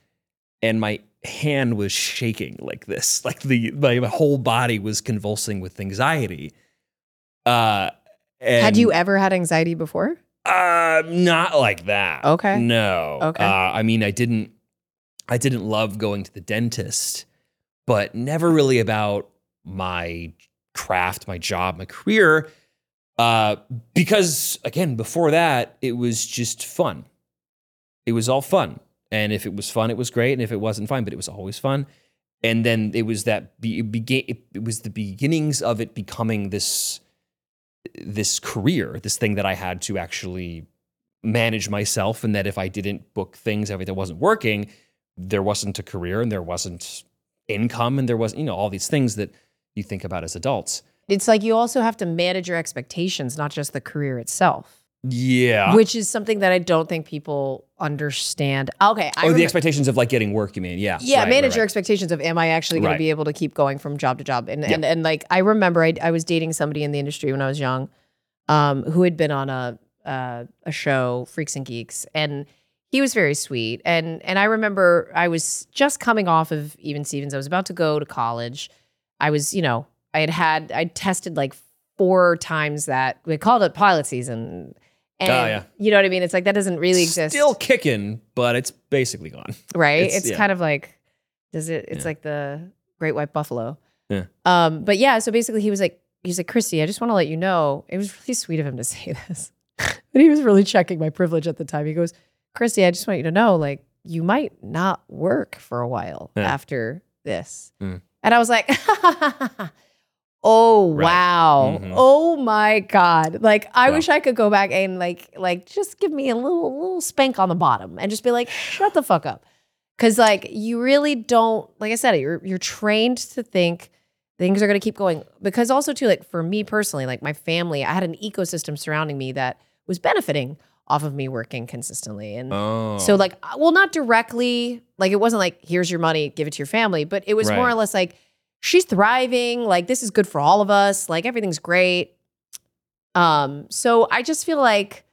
S3: and my hand was shaking like this. Like the my, my whole body was convulsing with anxiety. Uh and,
S2: Had you ever had anxiety before?
S3: uh, not like that.
S2: Okay.
S3: No.
S2: Okay.
S3: Uh, I mean, I didn't. I didn't love going to the dentist, but never really about my craft, my job, my career. Uh, because again, before that, it was just fun. It was all fun, and if it was fun, it was great, and if it wasn't fun, but it was always fun. And then it was that be, it, began, it, it was the beginnings of it becoming this this career, this thing that I had to actually manage myself, and that if I didn't book things, everything wasn't working, there wasn't a career and there wasn't income and there wasn't, you know, all these things that you think about as adults.
S2: It's like you also have to manage your expectations, not just the career itself,
S3: Yeah.
S2: which is something that I don't think people understand. Okay, I
S3: oh, the
S2: remember-
S3: expectations of like getting work, you mean? Yeah.
S2: yeah,
S3: Right, right,
S2: manage your
S3: right.
S2: expectations of am I actually going
S3: Right.
S2: to be able to keep going from job to job? And and and like I remember I I was dating somebody in the industry when I was young, um, who had been on a uh, a show Freaks and Geeks, and he was very sweet. And and I remember I was just coming off of Even Stevens. I was about to go to college. I was you know I had had I tested like four times that we called it pilot season. And
S3: Ah, yeah.
S2: you know what I mean? It's like that doesn't really exist
S3: Still kicking, but it's basically gone.
S2: right?
S3: It's-
S2: It's,
S3: yeah.
S2: kind of like does it? It's
S3: Yeah.
S2: like the great white buffalo.
S3: Yeah.
S2: Um. But yeah. So basically, he was like, he's like, Christy, I just want to let you know. It was really sweet of him to say this, but he was really checking my privilege at the time. He goes, Christy, I just want you to know, like, you might not work for a while
S3: Yeah.
S2: after this.
S3: Mm.
S2: And I was like. Oh
S3: Right.
S2: wow.
S3: Mhm.
S2: Oh my god. Like I
S3: Yeah.
S2: wish I could go back and like like just give me a little little spank on the bottom and just be like shut the fuck up. Cuz like you really don't like I said you're you're trained to think things are going to keep going because also too like for me personally like my family I had an ecosystem surrounding me that was benefiting off of me working consistently and
S3: Oh.
S2: so like, uh, well, not directly. Like it wasn't like here's your money, give it to your family, but it was more
S3: Right.
S2: or less like she's thriving. Like this is good for all of us. Like everything's great. Um, so I just feel like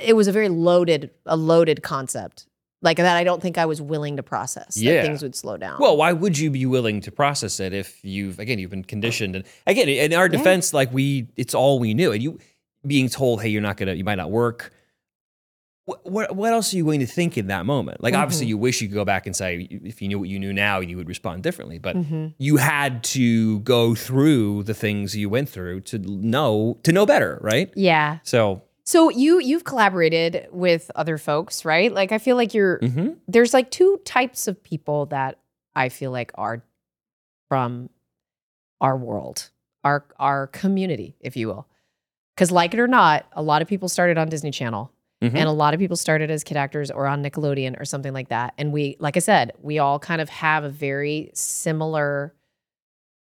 S2: it was a very loaded, a loaded concept. Like that, I don't think I was willing to process.
S3: Yeah.
S2: that things would slow down.
S3: Well, why would you be willing to process it if you've again you've been conditioned and again in our
S2: Yeah.
S3: defense, like we it's all we knew and you being told, hey, you're not gonna, you might not work. What what, what else are you going to think in that moment? Like obviously,
S2: Mhm.
S3: you wish you could go back and say if you knew what you knew now, you would respond differently, but.
S2: Mhm.
S3: You had to go through the things you went through to know to know better, right?
S2: yeah.
S3: So,
S2: So you you've collaborated with other folks, right? Like I feel like you're
S3: mhm.
S2: there's like two types of people that I feel like are from our world, our our community, if you will. Because like it or not, a lot of people started on Disney Channel,
S3: Mhm.
S2: and a lot of people started as kid actors or on Nickelodeon or something like that. And we, like I said, we all kind of have a very similar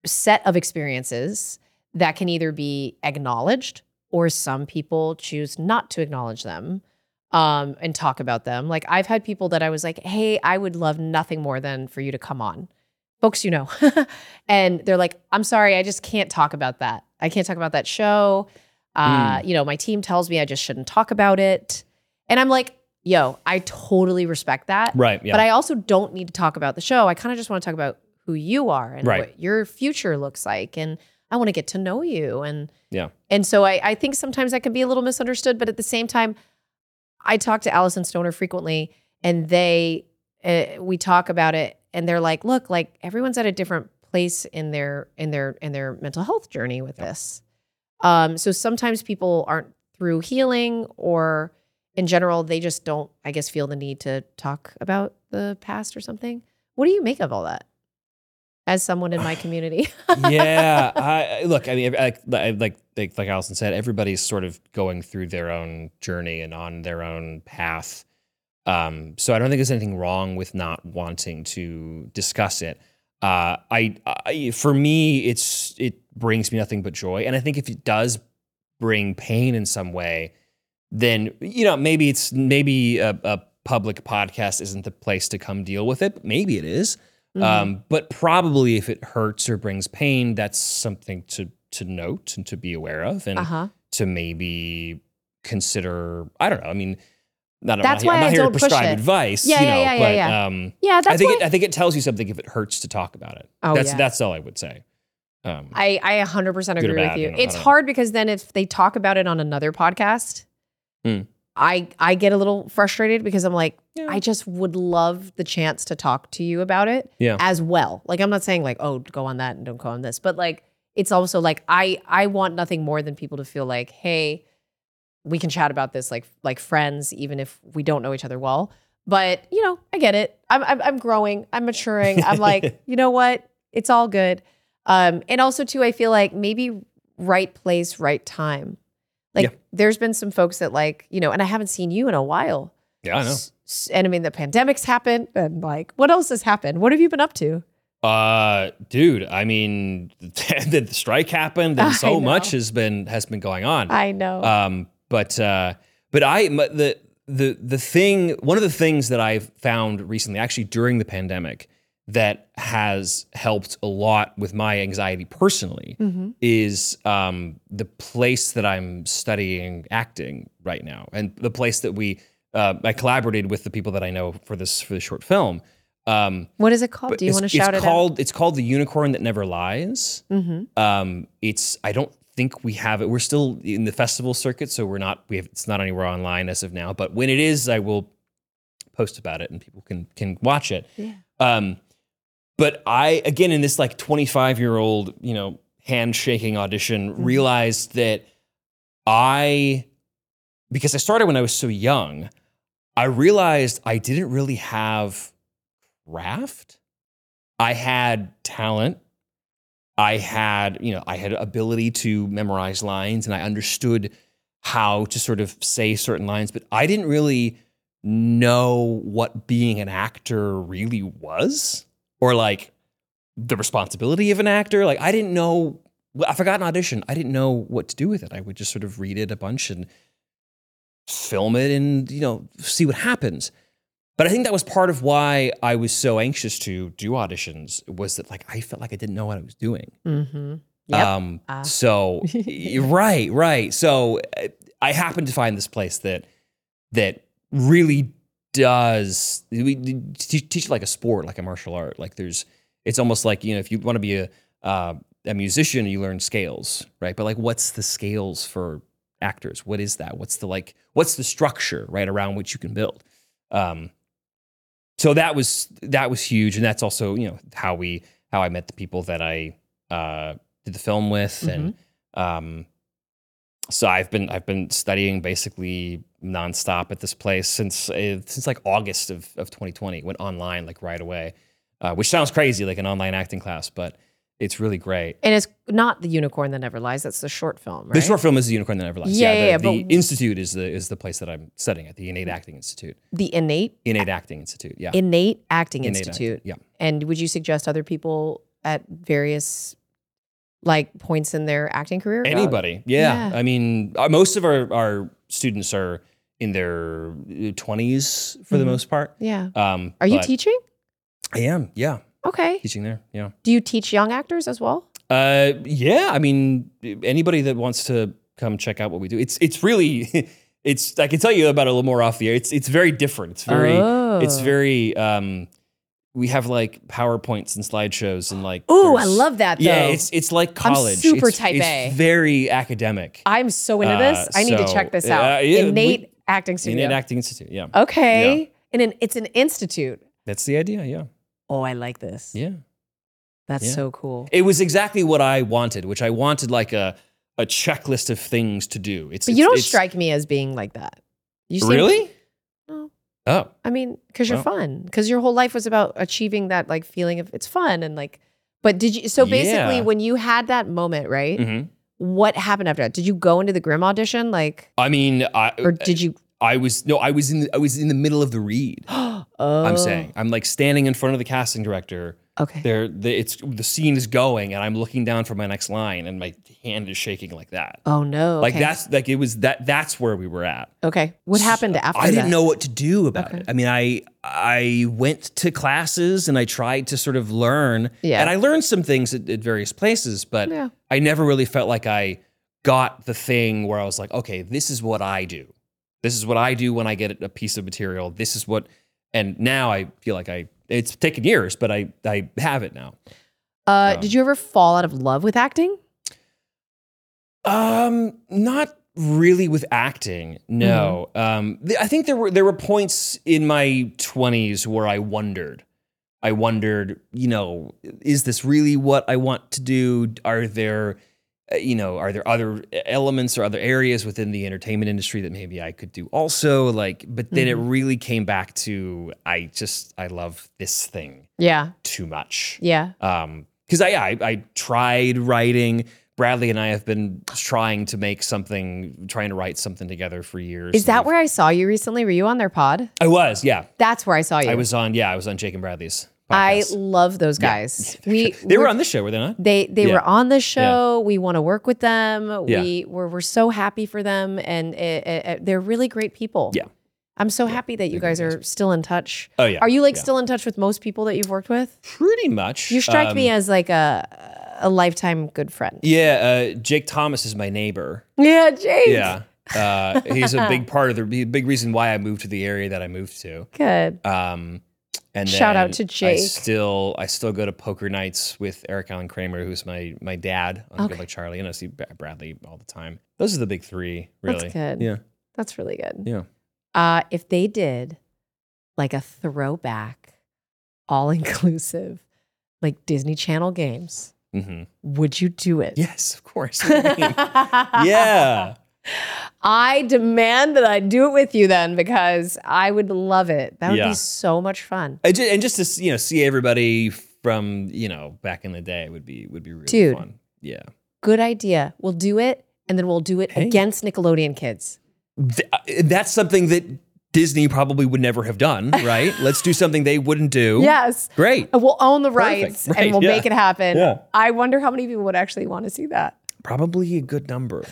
S2: set of experiences that can either be acknowledged or some people choose not to acknowledge them um, and talk about them. Like I've had people that I was like, hey, I would love nothing more than for you to come on. Folks, you know. and they're like, I'm sorry, I just can't talk about that. I can't talk about that show. Uh, You know, my team tells me I just shouldn't talk about it. And I'm like, yo, I totally respect that.
S3: right, yeah,
S2: But I also don't need to talk about the show. I kind of just want to talk about who you are and
S3: Right.
S2: what your future looks like. And I want to get to know you. And
S3: Yeah.
S2: And so I, I think sometimes that can be a little misunderstood, but at the same time, I talk to Allison Stoner frequently and they uh, we talk about it and they're like, look, like everyone's at a different place in their in their in their mental health journey with this. Um, so sometimes people aren't through healing or in general, they just don't, I guess, feel the need to talk about the past or something. What do you make of all that? As someone in my community.
S3: yeah, I, I- look, I mean, I- I- like like like Allison said, everybody's sort of going through their own journey and on their own path. Um, so I don't think there's anything wrong with not wanting to discuss it. Uh, I, I for me, it's it brings me nothing but joy, and I think if it does bring pain in some way, then you know maybe it's maybe a, a public podcast isn't the place to come deal with it. But maybe it is.
S2: Mm-hmm.
S3: Um, but probably if it hurts or brings pain, that's something to to note and to be aware of, and
S2: uh huh.
S3: to maybe consider. I don't know. I mean, not, I'm
S2: That's
S3: not, here-
S2: why
S3: I'm not
S2: I
S3: here to
S2: don't push
S3: prescribe
S2: it.
S3: advice,
S2: Yeah,
S3: you
S2: yeah,
S3: know.
S2: yeah, yeah,
S3: but
S2: yeah.
S3: um,
S2: Yeah, that's
S3: I think
S2: why
S3: it, I think it tells you something if it hurts to talk about it.
S2: Oh,
S3: that's
S2: yeah.
S3: that's all I would say. Um,
S2: I, I 100%
S3: Good or
S2: agree
S3: bad,
S2: with
S3: you
S2: you.
S3: know, I
S2: It's
S3: don't-
S2: hard because then if they talk about it on another podcast,
S3: Hmm.
S2: I, I get a little frustrated because I'm like,
S3: Yeah.
S2: I just would love the chance to talk to you about it
S3: Yeah.
S2: as well. Like, I'm not saying like, oh, go on that and don't go on this, but like, it's also like I I want nothing more than people to feel like, hey, we can chat about this like like friends, even if we don't know each other well. But you know, I get it. I'm I'm, I'm growing. I'm maturing. I'm like, you know what? It's all good. Um, and also too, I feel like maybe right place, right time. Like
S3: Yeah.
S2: there's been some folks that like, you know, and I haven't seen you in a while.
S3: Yeah, I know.
S2: S- s- And I mean, the pandemic's happened, and like, what else has happened? What have you been up to?
S3: Uh, dude, I mean, the strike happened,
S2: I
S3: and so
S2: know.
S3: much has been has been going on.
S2: I know.
S3: Um, but uh, but I m- the the the thing one of the things that I've found recently, actually during the pandemic, that has helped a lot with my anxiety personally
S2: Mhm.
S3: is um, the place that I'm studying acting right now, and the place that we uh, I collaborated with the people that I know for this for the short film. Um,
S2: What is it called?
S3: but
S2: Oh, Do you
S3: it's-
S2: want to shout
S3: it's
S2: it
S3: called, It's called the unicorn that never lies.
S2: out? Mm-hmm.
S3: Um, it's I don't think we have it. We're still in the festival circuit, so we're not. We have it's not anywhere online as of now. But when it is, I will post about it and people can can watch it.
S2: Yeah.
S3: Um, but I again in this like 25 year old you know handshaking audition
S2: Mhm.
S3: realized that I because I started when I was so young, I realized I didn't really have craft. I had talent. I had, you know, I had ability to memorize lines and I understood how to sort of say certain lines, but I didn't really know what being an actor really was or like the responsibility of an actor. Like I didn't know I forgot an audition. I didn't know what to do with it. I would just sort of read it a bunch and film it and, you know, see what happens. But I think that was part of why I was so anxious to do auditions was that like I felt like I didn't know what I was doing.
S2: Mm-hmm. Yep.
S3: Um,
S2: Ah.
S3: so y- right, right. So uh, I happened to find this place that that really does we teach, teach like a sport, like a martial art. Like there's, it's almost like you know if you want to be a uh, a musician, you learn scales, right? But like, what's the scales for actors? What is that? What's the like? What's the structure right around which you can build? Um, so that was that was huge, and that's also you know how we how I met the people that I uh, did the film with, and um, so I've been I've been studying basically nonstop at this place since uh, since like August of of 2020. Went online like right away, uh, which sounds crazy like an online acting class, but it's really great.
S2: and it's not the unicorn that never lies. That's the short film, right?
S3: The short film is the unicorn that never lies.
S2: Yeah, yeah, yeah,
S3: the, the
S2: but-
S3: institute is the is the place that I'm studying at the Innate Acting Institute.
S2: the innate
S3: Innate Acting Institute. Yeah.
S2: innate acting
S3: Innate
S2: institute.
S3: Acting, yeah.
S2: And would you suggest other people at various like points in their acting career? Uh, go?
S3: Anybody. Yeah.
S2: Yeah.
S3: I mean, uh, most of our our students are in their 20s for the
S2: Mhm.
S3: most part.
S2: Yeah.
S3: Um,
S2: Are you
S3: but
S2: teaching?
S3: I am. Yeah.
S2: Okay.
S3: Teaching there. Yeah.
S2: Do you teach young actors as well?
S3: Uh, yeah, I mean, anybody that wants to come check out what we do, it's it's really, it's I can tell you about it a little more off the air. It's it's very different. It's very it's
S2: Oh.
S3: very um, we have like powerpoints and slideshows and like.
S2: Ooh, I
S3: there's-
S2: love that though.
S3: Yeah, it's it's like
S2: I'm
S3: college.
S2: super
S3: It's-
S2: type
S3: it's
S2: A.
S3: Very academic.
S2: I'm so into
S3: Uh,
S2: this. I need to
S3: so,
S2: check this
S3: uh,
S2: out.
S3: yeah, we-
S2: innate acting studio.
S3: Indian Acting Institute. Yeah,
S2: okay. And an, it's an institute.
S3: that's the idea. Yeah,
S2: Oh, I like this.
S3: yeah.
S2: That's
S3: yeah.
S2: so cool.
S3: It was exactly what I wanted, which I wanted like a a checklist of things to do. It's
S2: But you
S3: it's-
S2: don't
S3: it's-
S2: strike me as being like that. You seem,
S3: really.
S2: No.
S3: Oh.
S2: I mean, because you're
S3: Well-
S2: fun. Because your whole life was about achieving that like feeling of it's fun and like. But did you? So basically,
S3: Yeah.
S2: when you had that moment, right?
S3: hmm
S2: What happened after that? Did you go into the Grim audition, like,
S3: I mean, I
S2: or did you?
S3: I was no, I was in I was in the middle of the read.
S2: oh,
S3: I'm saying I'm like standing in front of the casting director.
S2: Okay.
S3: There, the, it's the scene is going, and I'm looking down for my next line, and my hand is shaking like that.
S2: Oh no.
S3: Like
S2: okay.
S3: that's like it was that that's where we were at.
S2: Okay. What happened after?
S3: I didn't
S2: that?
S3: know what to do about
S2: Okay.
S3: it. I mean, I I went to classes and I tried to sort of learn.
S2: Yeah.
S3: And I learned some things at, at various places, but
S2: Yeah.
S3: I never really felt like I got the thing where I was like, okay, this is what I do. This is what I do when I get a piece of material. This is what, and now I feel like I. It's taken years, but I I have it now.
S2: Uh,
S3: Um,
S2: did you ever fall out of love with acting?
S3: Um, not really with acting. No. Um, th- I think there were there were points in my twenties where I wondered. I wondered, you know, is this really what I want to do? Are there, uh, you know, are there other uh, elements or other areas within the entertainment industry that maybe I could do also? Like, but then it really came back to I just I love this thing
S2: Yeah.
S3: too much
S2: Yeah.
S3: um because I, I i tried writing Bradley and I have been trying to make something, trying to write something together for years.
S2: Is that
S3: We've-
S2: where I saw you recently? Were you on their pod?
S3: I was? Yeah,
S2: That's where I saw you.
S3: I was on. Yeah, I was on Jake and Bradley's.
S2: I
S3: Podcast.
S2: love those guys. We
S3: They were
S2: we're-
S3: on this show, were they not?
S2: They they
S3: Yeah.
S2: were on the show. We want to work with them.
S3: Yeah.
S2: We we're, we're so happy for them, and it, it- it- they're really great people.
S3: Yeah.
S2: I'm so happy that you guys are still in touch.
S3: Oh, yeah.
S2: Are you like
S3: Yeah.
S2: still in touch with most people that you've worked with?
S3: Pretty much.
S2: You strike
S3: Um,
S2: me as like a a lifetime good friend.
S3: Yeah, uh, Jake Thomas is my neighbor.
S2: Yeah, Jake.
S3: Yeah, uh, he's a big part of the he's a big reason why I moved to the area that I moved to.
S2: Good.
S3: Um, and
S2: Shout out
S3: then
S2: to
S3: I
S2: Jake.
S3: still I still go to poker nights with Eric Allen Kramer, who's my my dad on
S2: Okay.
S3: Good Luck Charlie, and I see Bra- Bradley all the time. Those are the big three, really.
S2: That's good.
S3: Yeah,
S2: That's really good.
S3: yeah.
S2: Uh, if they did like a throwback, all inclusive, like Disney Channel games,
S3: hmm
S2: would you do it?
S3: Yes, of course. What do you mean? yeah,
S2: I demand that I do it with you then because I would love it. That would
S3: Yeah.
S2: be so much fun.
S3: I ju- and just to s- you know see everybody from you know back in the day would be would be really
S2: Dude.
S3: fun. Yeah.
S2: Good idea. We'll do it and then we'll do it
S3: Hey.
S2: against Nickelodeon kids.
S3: Th- uh, that's something that Disney probably would never have done, right? Let's do something they wouldn't do.
S2: Yes.
S3: Great.
S2: We'll own the
S3: Perfect.
S2: rights
S3: Right,
S2: and we'll
S3: yeah.
S2: make it happen.
S3: Yeah.
S2: I wonder how many people would actually want to see that.
S3: Probably a good number.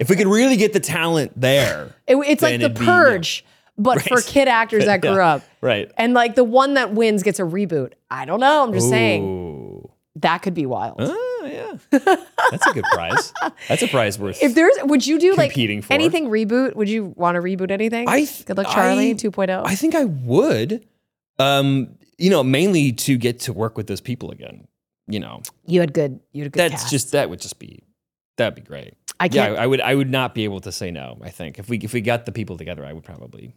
S3: if we could really get the talent there.
S2: It- it's like
S3: Then
S2: the
S3: it'd be, you know,
S2: purge, but for
S3: right.
S2: kid actors that grew
S3: Yeah.
S2: up.
S3: Right.
S2: And like the one that wins gets a reboot. I don't know. I'm just saying
S3: Ooh.
S2: that could be wild.
S3: Oh, yeah. That's a good prize. That's a prize worth.
S2: If there's, would you do like
S3: Competing for.
S2: anything reboot? Would you want to reboot anything?
S3: I th-
S2: Good luck, Charlie oh?
S3: I-
S2: 2.0.
S3: I think I would. Um, you know, mainly to get to work with those people again. You know,
S2: you had good. You had a good.
S3: that's
S2: cast.
S3: just that would just be that'd be great.
S2: I
S3: Yeah,
S2: can't.
S3: I would. I would not be able to say no. I think if we if we got the people together, I would probably.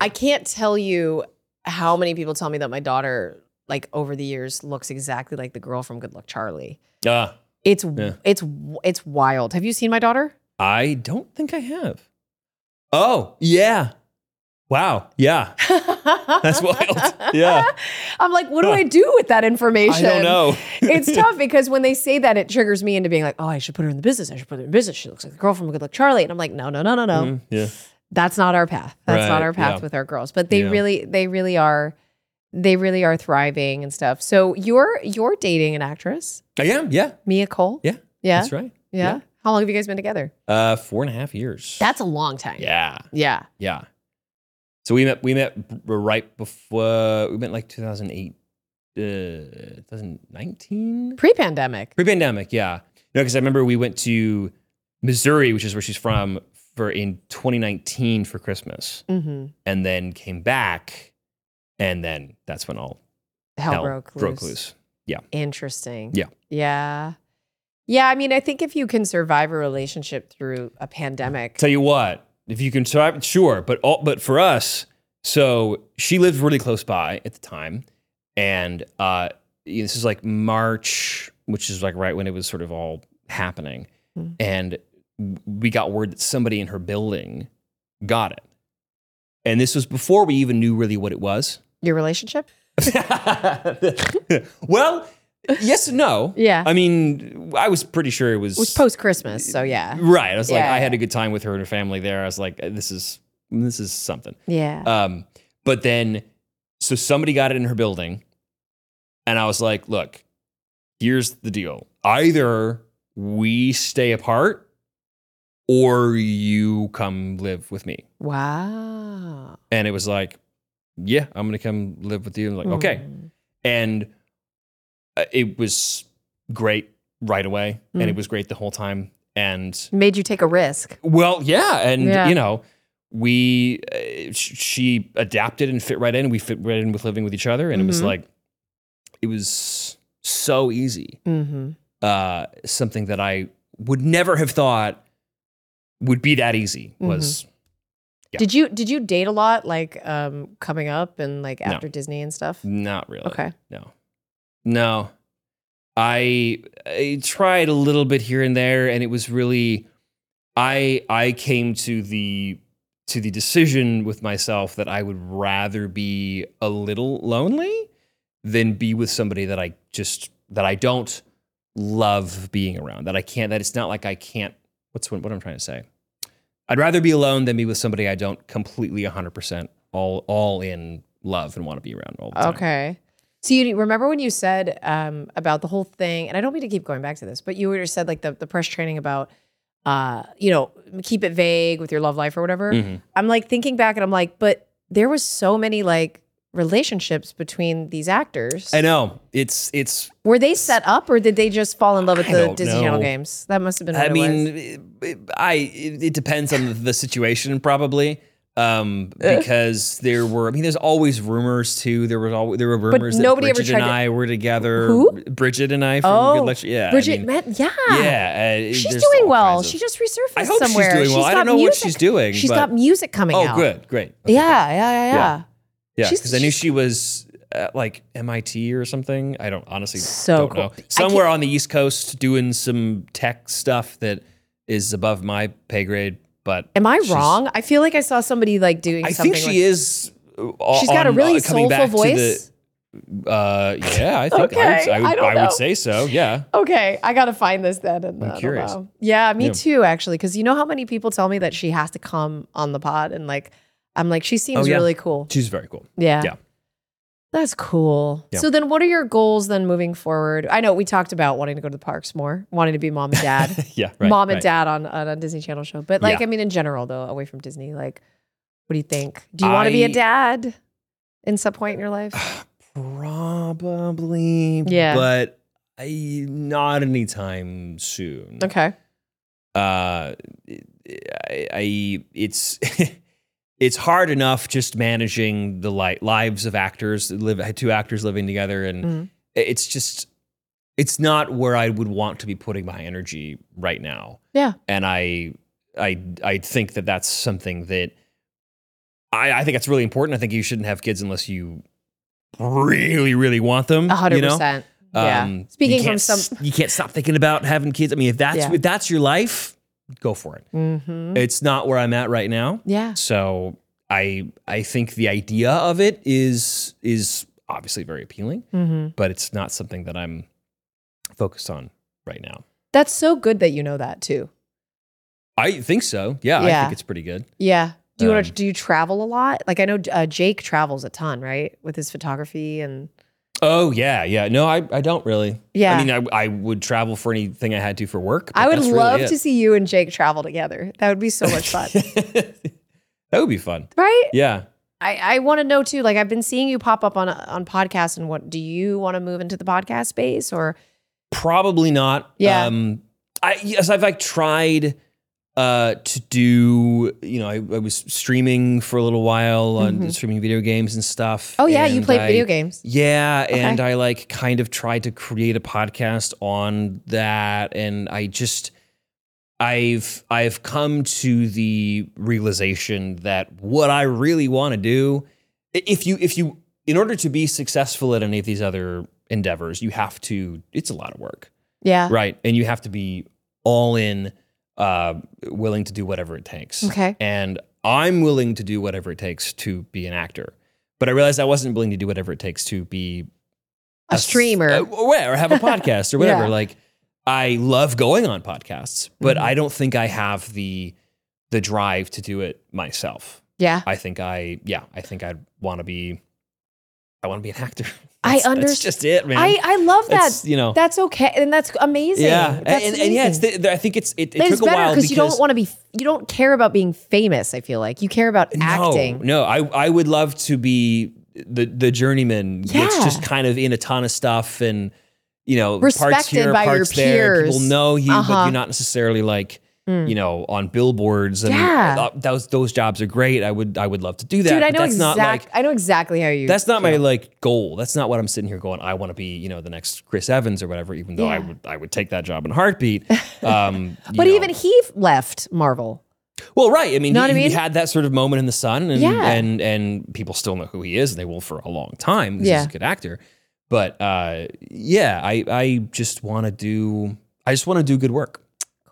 S2: I can't tell you how many people tell me that my daughter, like over the years, looks exactly like the girl from Good Luck Charlie.
S3: Uh,
S2: It's
S3: Yeah.
S2: it's it's wild. Have you seen my daughter?
S3: I don't think I have. Oh yeah, wow yeah.
S2: That's
S3: wild. Yeah.
S2: I'm like, what do I do with that information?
S3: I don't know.
S2: it's tough because when they say that, it triggers me into being like, oh, I should put her in the business. I should put her in business. She looks like the girl from Good Luck Charlie. And I'm like, no, no, no, no, no.
S3: Mm, yeah.
S2: That's not our path. That's not
S3: Right,
S2: our path
S3: yeah.
S2: with our girls. But they
S3: Yeah.
S2: really, they really are, they really are thriving and stuff. So you're you're dating an actress,
S3: I am. Yeah.
S2: Mia Cole.
S3: Yeah.
S2: Yeah.
S3: That's right.
S2: Yeah. How long have you guys been together?
S3: Uh, four and a half years.
S2: That's a long time.
S3: yeah.
S2: Yeah.
S3: Yeah. So we met. We met b- right before. We met like 2008, uh, 2019,
S2: Pre-pandemic.
S3: pre-pandemic. Yeah. No, because I remember we went to Missouri, which is where she's from, for in 2019 for Christmas,
S2: hmm
S3: and then came back, and then that's when all
S2: Hell,
S3: hell
S2: broke,
S3: broke loose.
S2: Interesting.
S3: Yeah.
S2: Yeah. Yeah. I mean, I think if you can survive a relationship through a pandemic,
S3: Tell you what, if you can survive, sure. But all, but for us, so she lived really close by at the time, and uh, you know, this is like March, which is like right when it was sort of all happening,
S2: Mhm.
S3: and we got word that somebody in her building got it, and this was before we even knew really what it was.
S2: your relationship?
S3: well, yes and no.
S2: Yeah.
S3: I mean, I was pretty sure it was
S2: It was post Christmas. So, yeah.
S3: Right. I was like,
S2: Yeah,
S3: I had a good time with her and her family there. I was like, this is this is something.
S2: Yeah.
S3: Um, but then so somebody got it in her building, and I was like, look, here's the deal. Either we stay apart or you come live with me.
S2: Wow.
S3: And it was like, yeah, I'm gonna come live with you. I'm like, okay
S2: Mm.
S3: and uh, it was great right away
S2: Mm.
S3: and it was great the whole time and
S2: Made you take a risk.
S3: well yeah and
S2: Yeah.
S3: you know we uh, sh- she adapted and fit right in we fit right in with living with each other and it was
S2: Mhm.
S3: like it was so easy
S2: Mm-hmm.
S3: uh something that i would never have thought would be that easy was Yeah.
S2: Did you did you date a lot like um coming up and like
S3: No.
S2: after Disney and stuff?
S3: not really
S2: Mm-hmm. Okay.
S3: No. No. I I tried a little bit here and there and it was really I I came to the to the decision with myself that I would rather be a little lonely than be with somebody that I just that I don't love being around. That I can't. That it's not like I can't. What's what, what I'm trying to say? I'd rather be alone than be with somebody I don't completely 100 percent all all in love and want to be around all the time.
S2: Okay. So you remember when you said um, about the whole thing, and I don't mean to keep going back to this, but you were said like the, the press training about, uh, you know, keep it vague with your love life or whatever.
S3: Mhm.
S2: I'm like thinking back, and I'm like, but there was so many like relationships between these actors.
S3: I know it's it's
S2: were they set up, or did they just fall in love with
S3: I
S2: the
S3: don't
S2: Disney Channel
S3: know.
S2: games? That must have been. What
S3: I
S2: it
S3: mean,
S2: was.
S3: it- it- I it, it depends on the, the situation probably. Um,
S2: Ugh.
S3: because there were, I mean, there's always rumors too. There was always there were rumors that
S2: nobody ever
S3: Bridget
S2: tried
S3: and
S2: to-
S3: I were together.
S2: Who?
S3: Bridget and I from
S2: Oh,
S3: Good Lecture. Yeah, I
S2: Bridget
S3: mean,
S2: Met. Yeah.
S3: yeah, uh,
S2: She's
S3: there's
S2: doing
S3: all
S2: well.
S3: kinds of-
S2: she just resurfaced
S3: I hope she's
S2: somewhere.
S3: doing well. I
S2: got
S3: don't know what
S2: music-
S3: she's doing,
S2: She's
S3: but-
S2: got music coming
S3: Oh,
S2: out.
S3: good, great. Okay.
S2: Yeah, yeah, yeah, yeah.
S3: Yeah. yeah,
S2: she's-
S3: because I knew she was at like MIT or something. I don't honestly
S2: So
S3: don't
S2: cool.
S3: know.
S2: I
S3: Somewhere on the East Coast doing some tech stuff that is above my pay grade. But
S2: Am I
S3: she's-
S2: wrong? I feel like I saw somebody like doing
S3: I
S2: something.
S3: think she
S2: like-
S3: is. uh,
S2: She's got a
S3: on,
S2: really
S3: uh, coming
S2: soulful
S3: back to
S2: voice.
S3: the- uh, yeah, I think I, would,
S2: Okay,
S3: I,
S2: I
S3: would,
S2: don't
S3: I would
S2: know.
S3: say so. Yeah,
S2: Okay, I gotta find this then. And
S3: I'm
S2: I don't
S3: curious.
S2: know. Yeah, me
S3: Yeah.
S2: too, actually. Because you know how many people tell me that she has to come on the pod, and like, I'm like, she seems
S3: Oh, yeah.
S2: really cool.
S3: she's very cool.
S2: Yeah.
S3: Yeah.
S2: That's cool.
S3: Yeah.
S2: So then, what are your goals then moving forward? I know we talked about wanting to go to the parks more, wanting to be mom and dad,
S3: Yeah, right,
S2: mom and
S3: right.
S2: dad on, on a Disney Channel show. But like,
S3: Yeah.
S2: I mean, in general though, away from Disney, like, what do you think? Do you want to be a
S3: I-
S2: dad in some point in your life?
S3: Probably.
S2: Yeah.
S3: but I, not anytime soon.
S2: Okay.
S3: uh, I, I it's it's hard enough just managing the li- lives of actors that live two actors living together, and
S2: Mhm.
S3: it's just it's not where I would want to be putting my energy right now.
S2: Yeah.
S3: and I I I think that that's something that I I think that's really important. I think you shouldn't have kids unless you really really want them.
S2: A hundred
S3: you know?
S2: percent. Yeah.
S3: Um,
S2: Speaking
S3: you
S2: from
S3: can't
S2: some-
S3: s- you can't stop thinking about having kids. I mean, if that's
S2: Yeah.
S3: if that's your life, go for it.
S2: Mm-hmm.
S3: It's not where I'm at right now,
S2: Yeah.
S3: so I I think the idea of it is is obviously very appealing,
S2: Mm-hmm.
S3: but it's not something that I'm focused on right now.
S2: That's so good that you know that too.
S3: I think so. Yeah, I
S2: Yeah.
S3: think it's pretty good.
S2: Yeah. Do you want to?
S3: Um,
S2: Do you travel a lot? Like I know uh, Jake travels a ton, right, with his photography and
S3: Oh yeah, yeah. No, I I don't really.
S2: yeah.
S3: I mean, I I would travel for anything I had to for work. but
S2: I would
S3: that's really
S2: love
S3: it.
S2: to see you and Jake travel together. That would be so much fun,
S3: that would be fun.
S2: right?
S3: Yeah.
S2: I, I want to know too. Like I've been seeing you pop up on on podcasts, and what do you want to move into the podcast space or?
S3: Probably not.
S2: Yeah.
S3: Um, I yes, I've like tried uh to do you know I, I was streaming for a little while on
S2: Mhm.
S3: streaming video games and stuff.
S2: Oh yeah, you
S3: and
S2: played
S3: I-
S2: video games.
S3: Yeah, and I like kind of tried to create a podcast on that, and I just I've I've come to the realization that what I really want to do, i- if you if you in order to be successful at any of these other endeavors, you have to. It's a lot of work,
S2: Yeah.
S3: right? And you have to be all in, uh, willing to do whatever it takes
S2: Okay.
S3: and I'm willing to do whatever it takes to be an actor. But I realized I wasn't willing to do whatever it takes to be
S2: A
S3: s-
S2: streamer.
S3: uh, or have a podcast or whatever.
S2: Yeah.
S3: Like I love going on podcasts, but
S2: Mhm.
S3: I don't think I have the the drive to do it myself.
S2: yeah.
S3: I think I yeah, I think I'd want to be I want to be an actor.
S2: I
S3: That's-
S2: under-
S3: That's just it, man.
S2: I I love that.
S3: It's, you know.
S2: that's okay, and that's amazing.
S3: yeah, and,
S2: That's
S3: and, and yeah,
S2: amazing.
S3: it's the, the- I think it's it, it
S2: That
S3: took
S2: is
S3: a
S2: better
S3: while because
S2: because you don't want to be you don't care about being famous i feel like you care about acting
S3: No, no I, I would love to be the the journeyman that's
S2: Yeah.
S3: just kind of in a ton of stuff and you know parts
S2: Respected
S3: here,
S2: by your
S3: parts there. and People
S2: peers.
S3: know you,
S2: Uh-huh. Mm.
S3: but you're not necessarily like you know on billboards. And
S2: Yeah.
S3: uh, those those jobs are great. I would I would love to do that.
S2: dude i
S3: but
S2: know
S3: that's
S2: exact,
S3: not like
S2: i know exactly how you
S3: that's not my like goal. That's not what I'm sitting here going. I want to be you know the next Chris Evans or whatever. Even though I
S2: Yeah.
S3: would I would take that job in a heartbeat. Um, you
S2: but
S3: know.
S2: even he f- left marvel
S3: Well, right. I mean,
S2: Know
S3: he,
S2: what I
S3: he
S2: mean?
S3: had that sort of moment in the sun, and
S2: Yeah.
S3: and and people still know who he is, and they will for a long time. 'cause
S2: Yeah.
S3: he's a good actor. But uh, yeah, I I just want to do I just want to do good work,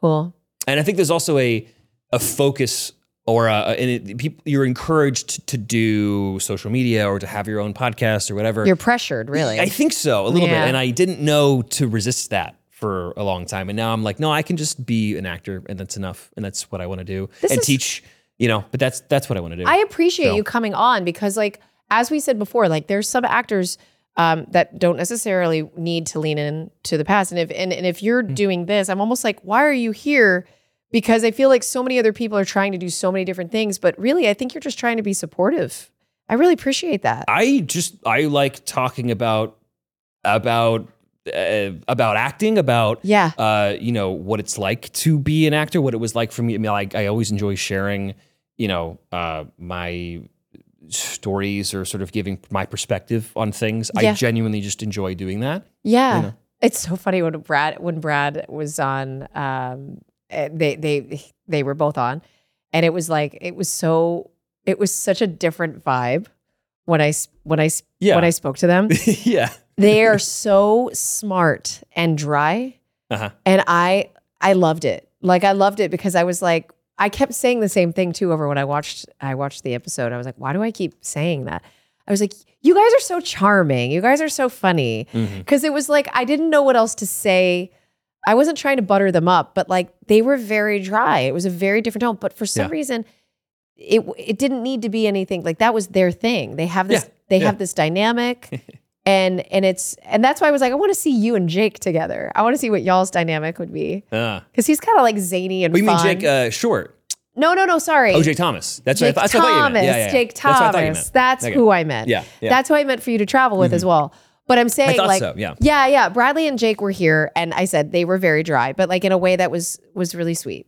S2: cool
S3: and I think there's also a a focus or a, and it, people you're encouraged to do social media or to have your own podcast or whatever.
S2: you're pressured really
S3: I think so a little
S2: Yeah.
S3: bit, and I didn't know to resist that for a long time, and now I'm like, no, I can just be an actor, and that's enough, and that's what I want to do,
S2: This
S3: and
S2: is-
S3: teach. You know, but that's that's what I want to do.
S2: I appreciate
S3: So-
S2: you coming on because, like, as we said before, like there's some actors um, that don't necessarily need to lean in to the past, and if and, and if
S3: Mm.
S2: you're doing this, I'm almost like, why are you here? Because I feel like so many other people are trying to do so many different things, but really, I think you're just trying to be supportive. I really appreciate that.
S3: I just I like talking about about uh, about acting about
S2: yeah,
S3: uh you know what it's like to be an actor what it was like for me I mean like I always enjoy sharing you know uh my stories or sort of giving my perspective on things I
S2: Yeah.
S3: genuinely just enjoy doing that
S2: yeah.
S3: you know.
S2: It's so funny when Brad when Brad was on, um, eh, they they they were both on, and it was like it was so it was such a different vibe when I s- when I s-
S3: yeah
S2: when I spoke to them.
S3: yeah
S2: they are so smart and dry,
S3: Uh-huh.
S2: and I I loved it. Like I loved it because I was like I kept saying the same thing too over when I watched I watched the episode. I was like, why do I keep saying that? I was like, you guys are so charming. You guys are so funny
S3: Mhm.
S2: because it was like I didn't know what else to say. I wasn't trying to butter them up, but like they were very dry. It was a very different tone, but for some
S3: Yeah.
S2: reason, it it didn't need to be anything like that was their thing. They have this
S3: Yeah,
S2: they
S3: yeah.
S2: have this dynamic, and and it's and that's why I was like I want to see you and Jake together. I want to see what y'all's dynamic would be
S3: uh.
S2: because he's kind of like zany and
S3: What do you mean
S2: fun.
S3: Jake uh, Short
S2: no, no, no. Sorry,
S3: oh Jake Thomas that's
S2: Jake
S3: what I thought, that's what I thought you
S2: Thomas.
S3: meant. Yeah, yeah, yeah.
S2: Jake
S3: That's what I thought you
S2: Thomas.
S3: meant.
S2: That's
S3: Okay.
S2: who I meant.
S3: Yeah, yeah. Mm-hmm.
S2: that's who I meant for you to travel with as well. But I'm saying
S3: thought
S2: like Mm-hmm.
S3: so,
S2: yeah,
S3: yeah.
S2: yeah. Bradley and Jake were here, and I said they were very dry, but like in a way that was was really sweet.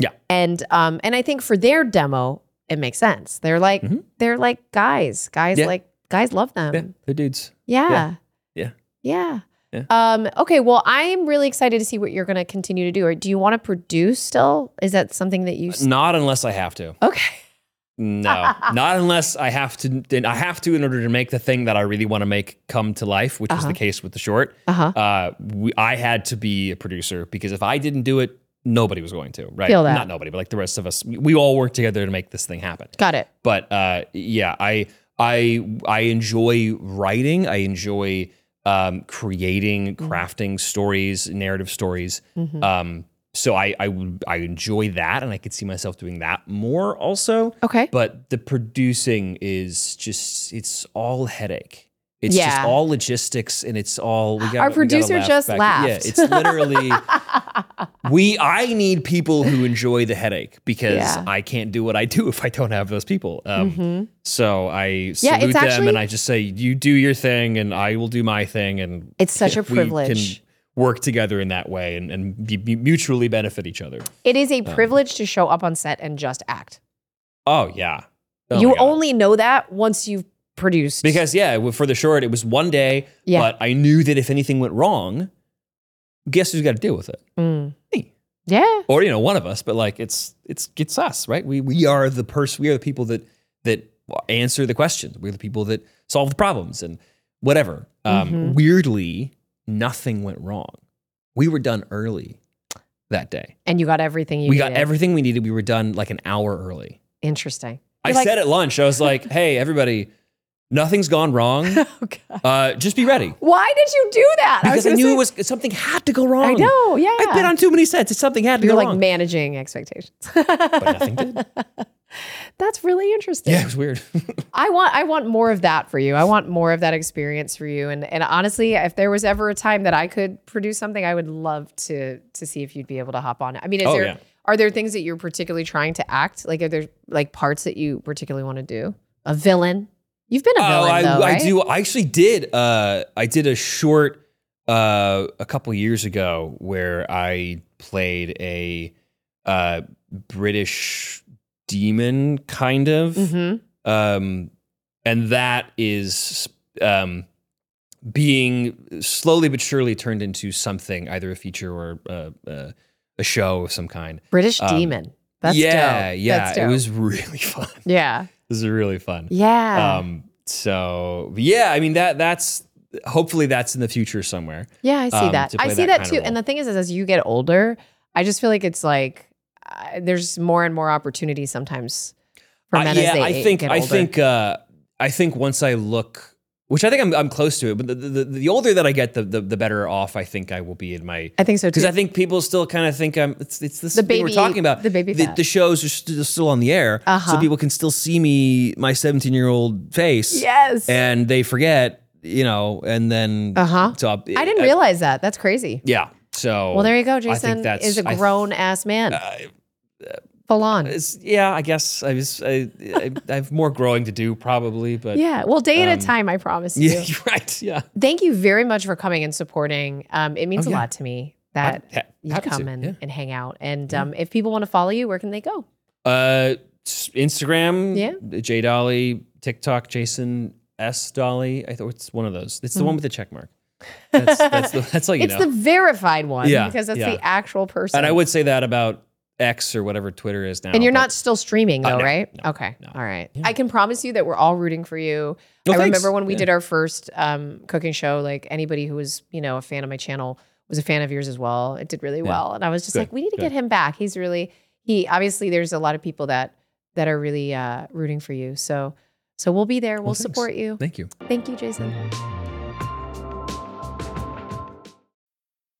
S3: Yeah.
S2: And um and I think for their demo, it makes sense. They're like
S3: Mhm.
S2: they're like guys. Guys
S3: Yeah.
S2: like guys love
S3: yeah
S2: them.
S3: they're dudes
S2: Yeah.
S3: Yeah.
S2: Yeah.
S3: Yeah.
S2: Um, okay, well, I'm really excited to see what you're going to continue to do. Or do you want to produce still? Is that something that you? s-
S3: not unless I have to
S2: Okay.
S3: No, not unless I have to. then I have to in order to make the thing that I really want to make come to life, which was
S2: Uh-huh.
S3: the case with the short.
S2: Uh huh.
S3: Uh, we, I had to be a producer because if I didn't do it, nobody was going to. Right?
S2: Feel that.
S3: Not nobody, but like the rest of us, we, we all worked together to make this thing happen.
S2: Got it.
S3: But uh, yeah, I I I enjoy writing. I enjoy um, creating, crafting stories, narrative stories.
S2: Mhm.
S3: Um, so I I would I enjoy that, and I could see myself doing that more also
S2: Okay.
S3: but the producing is just it's all headache it's
S2: Yeah.
S3: just all logistics and it's all we got
S2: Our producer just
S3: yeah
S2: laughed.
S3: it's literally we i need people who enjoy the headache because
S2: Yeah.
S3: i can't do what i do if i don't have those people um,
S2: Mhm.
S3: so i
S2: Yeah, it's
S3: salute them
S2: actually-
S3: and i just say you do your thing and i will do my thing and
S2: It's such a
S3: we can
S2: privilege.
S3: work together in that way and, and be, be- mutually benefit each other
S2: It is
S3: um,
S2: a privilege to show up on set and just act.
S3: oh yeah Oh my
S2: you
S3: God.
S2: only know that once you've produced.
S3: Because yeah, w- for the short, it was one day,
S2: Yeah.
S3: but I knew that if anything went wrong, guess who's got to deal with it?
S2: Mm.
S3: Me.
S2: Yeah.
S3: Or you know, one of us. But like, it's it's it's us, right? We we are the person. We are the people that that answer the questions. We're the people that solve the problems and whatever. Um,
S2: Mhm.
S3: Weirdly, nothing went wrong. We were done early that day.
S2: And you got everything you
S3: we got
S2: needed.
S3: everything we needed. We were done like an hour early.
S2: Interesting.
S3: I
S2: You're like-
S3: said at lunch, I was like, "Hey, everybody, nothing's gone wrong.
S2: Oh, God.
S3: Uh, just be ready."
S2: Why did you do that?
S3: Because I,
S2: gonna
S3: knew
S2: say-
S3: it was something had to go wrong.
S2: I know. Yeah.
S3: I've been on too many sets. It's something had to
S2: You're
S3: go
S2: like
S3: wrong.
S2: managing expectations.
S3: but nothing did.
S2: That's really interesting.
S3: Yeah, it was weird.
S2: I want I want more of that for you. I want more of that experience for you. And and honestly, if there was ever a time that I could produce something, I would love to to see if you'd be able to hop on. I mean, is
S3: Oh,
S2: there
S3: yeah.
S2: are there things that you're particularly trying to act? Like are there like parts that you particularly want to do? A villain? You've been a villain
S3: Oh, I,
S2: though, Oh,
S3: I
S2: right?
S3: do. I actually did. Uh, I did a short uh, a couple years ago where I played a uh, British demon, kind of.
S2: Mhm.
S3: um, and that is um, being slowly but surely turned into something, either a feature or uh, uh, a show of some kind.
S2: British
S3: Um,
S2: demon. That's
S3: yeah,
S2: dope.
S3: yeah,
S2: That's
S3: it
S2: dope.
S3: was really fun. It
S2: Yeah.
S3: was really fun.
S2: Yeah.
S3: Um, so yeah, I mean that that's hopefully that's in the future somewhere.
S2: Yeah, I see
S3: um,
S2: that.
S3: to
S2: I
S3: play
S2: see
S3: that
S2: that
S3: kind
S2: too.
S3: of
S2: And
S3: role.
S2: the thing is, is as you get older, I just feel like it's like uh, there's more and more opportunity sometimes for
S3: I-
S2: men as they
S3: Uh, I think
S2: get
S3: I
S2: older.
S3: think uh, I think once I look which I think I'm, I'm close to it. But the, the, the older that I get, the, the the better off I think I will be in my.
S2: I think so
S3: Because
S2: too.
S3: I think people still kind of think I'm. It's it's this
S2: The
S3: thing
S2: baby-
S3: we're talking about.
S2: the baby
S3: The,
S2: fat.
S3: the shows are st- still on the air,
S2: Uh-huh.
S3: so people can still see me my 17 year old face.
S2: yes.
S3: And they forget, you know, and then
S2: Uh-huh.
S3: So
S2: I didn't realize that. That's crazy.
S3: yeah. So
S2: Well, there you go.
S3: think
S2: Jason
S3: that's-
S2: is a
S3: I- uh,
S2: grown ass man. Full on.
S3: It's, yeah, I guess I was. I, I, I have more growing to do probably, but
S2: Yeah. Well, day at
S3: um,
S2: a time, I promise you.
S3: yeah, you're right. Yeah.
S2: Thank you very much for coming and supporting. Um, it means
S3: Oh,
S2: a
S3: yeah.
S2: lot to me that
S3: Ha-
S2: you
S3: happy to,
S2: come and,
S3: yeah.
S2: and hang out. And um, if people want to follow you, where can they go?
S3: Uh, s- Instagram.
S2: Yeah.
S3: J Dolly, TikTok, Jason S Dolly. I thought it's one of those. It's the one with the check mark. That's that's, the, that's all you
S2: Mm. it's
S3: know.
S2: the verified one
S3: Yeah,
S2: because that's
S3: yeah.
S2: the actual person.
S3: and I would say that about X or whatever Twitter is now.
S2: And you're
S3: but-
S2: not still streaming
S3: Uh,
S2: though,
S3: no,
S2: right?
S3: no,
S2: okay.
S3: no.
S2: All right.
S3: Yeah.
S2: I can promise you that we're all rooting for you.
S3: No,
S2: I
S3: thanks.
S2: remember when we
S3: Yeah.
S2: did our first um, cooking show, like anybody who was, you know, a fan of my channel was a fan of yours as well. It did really well. And I was just
S3: Good,
S2: like, we need to
S3: good.
S2: get him back. He's really he obviously there's a lot of people that that are really uh, rooting for you. So so we'll be there. We'll,
S3: Well, thanks.
S2: support you.
S3: Thank you.
S2: Thank you, Jason.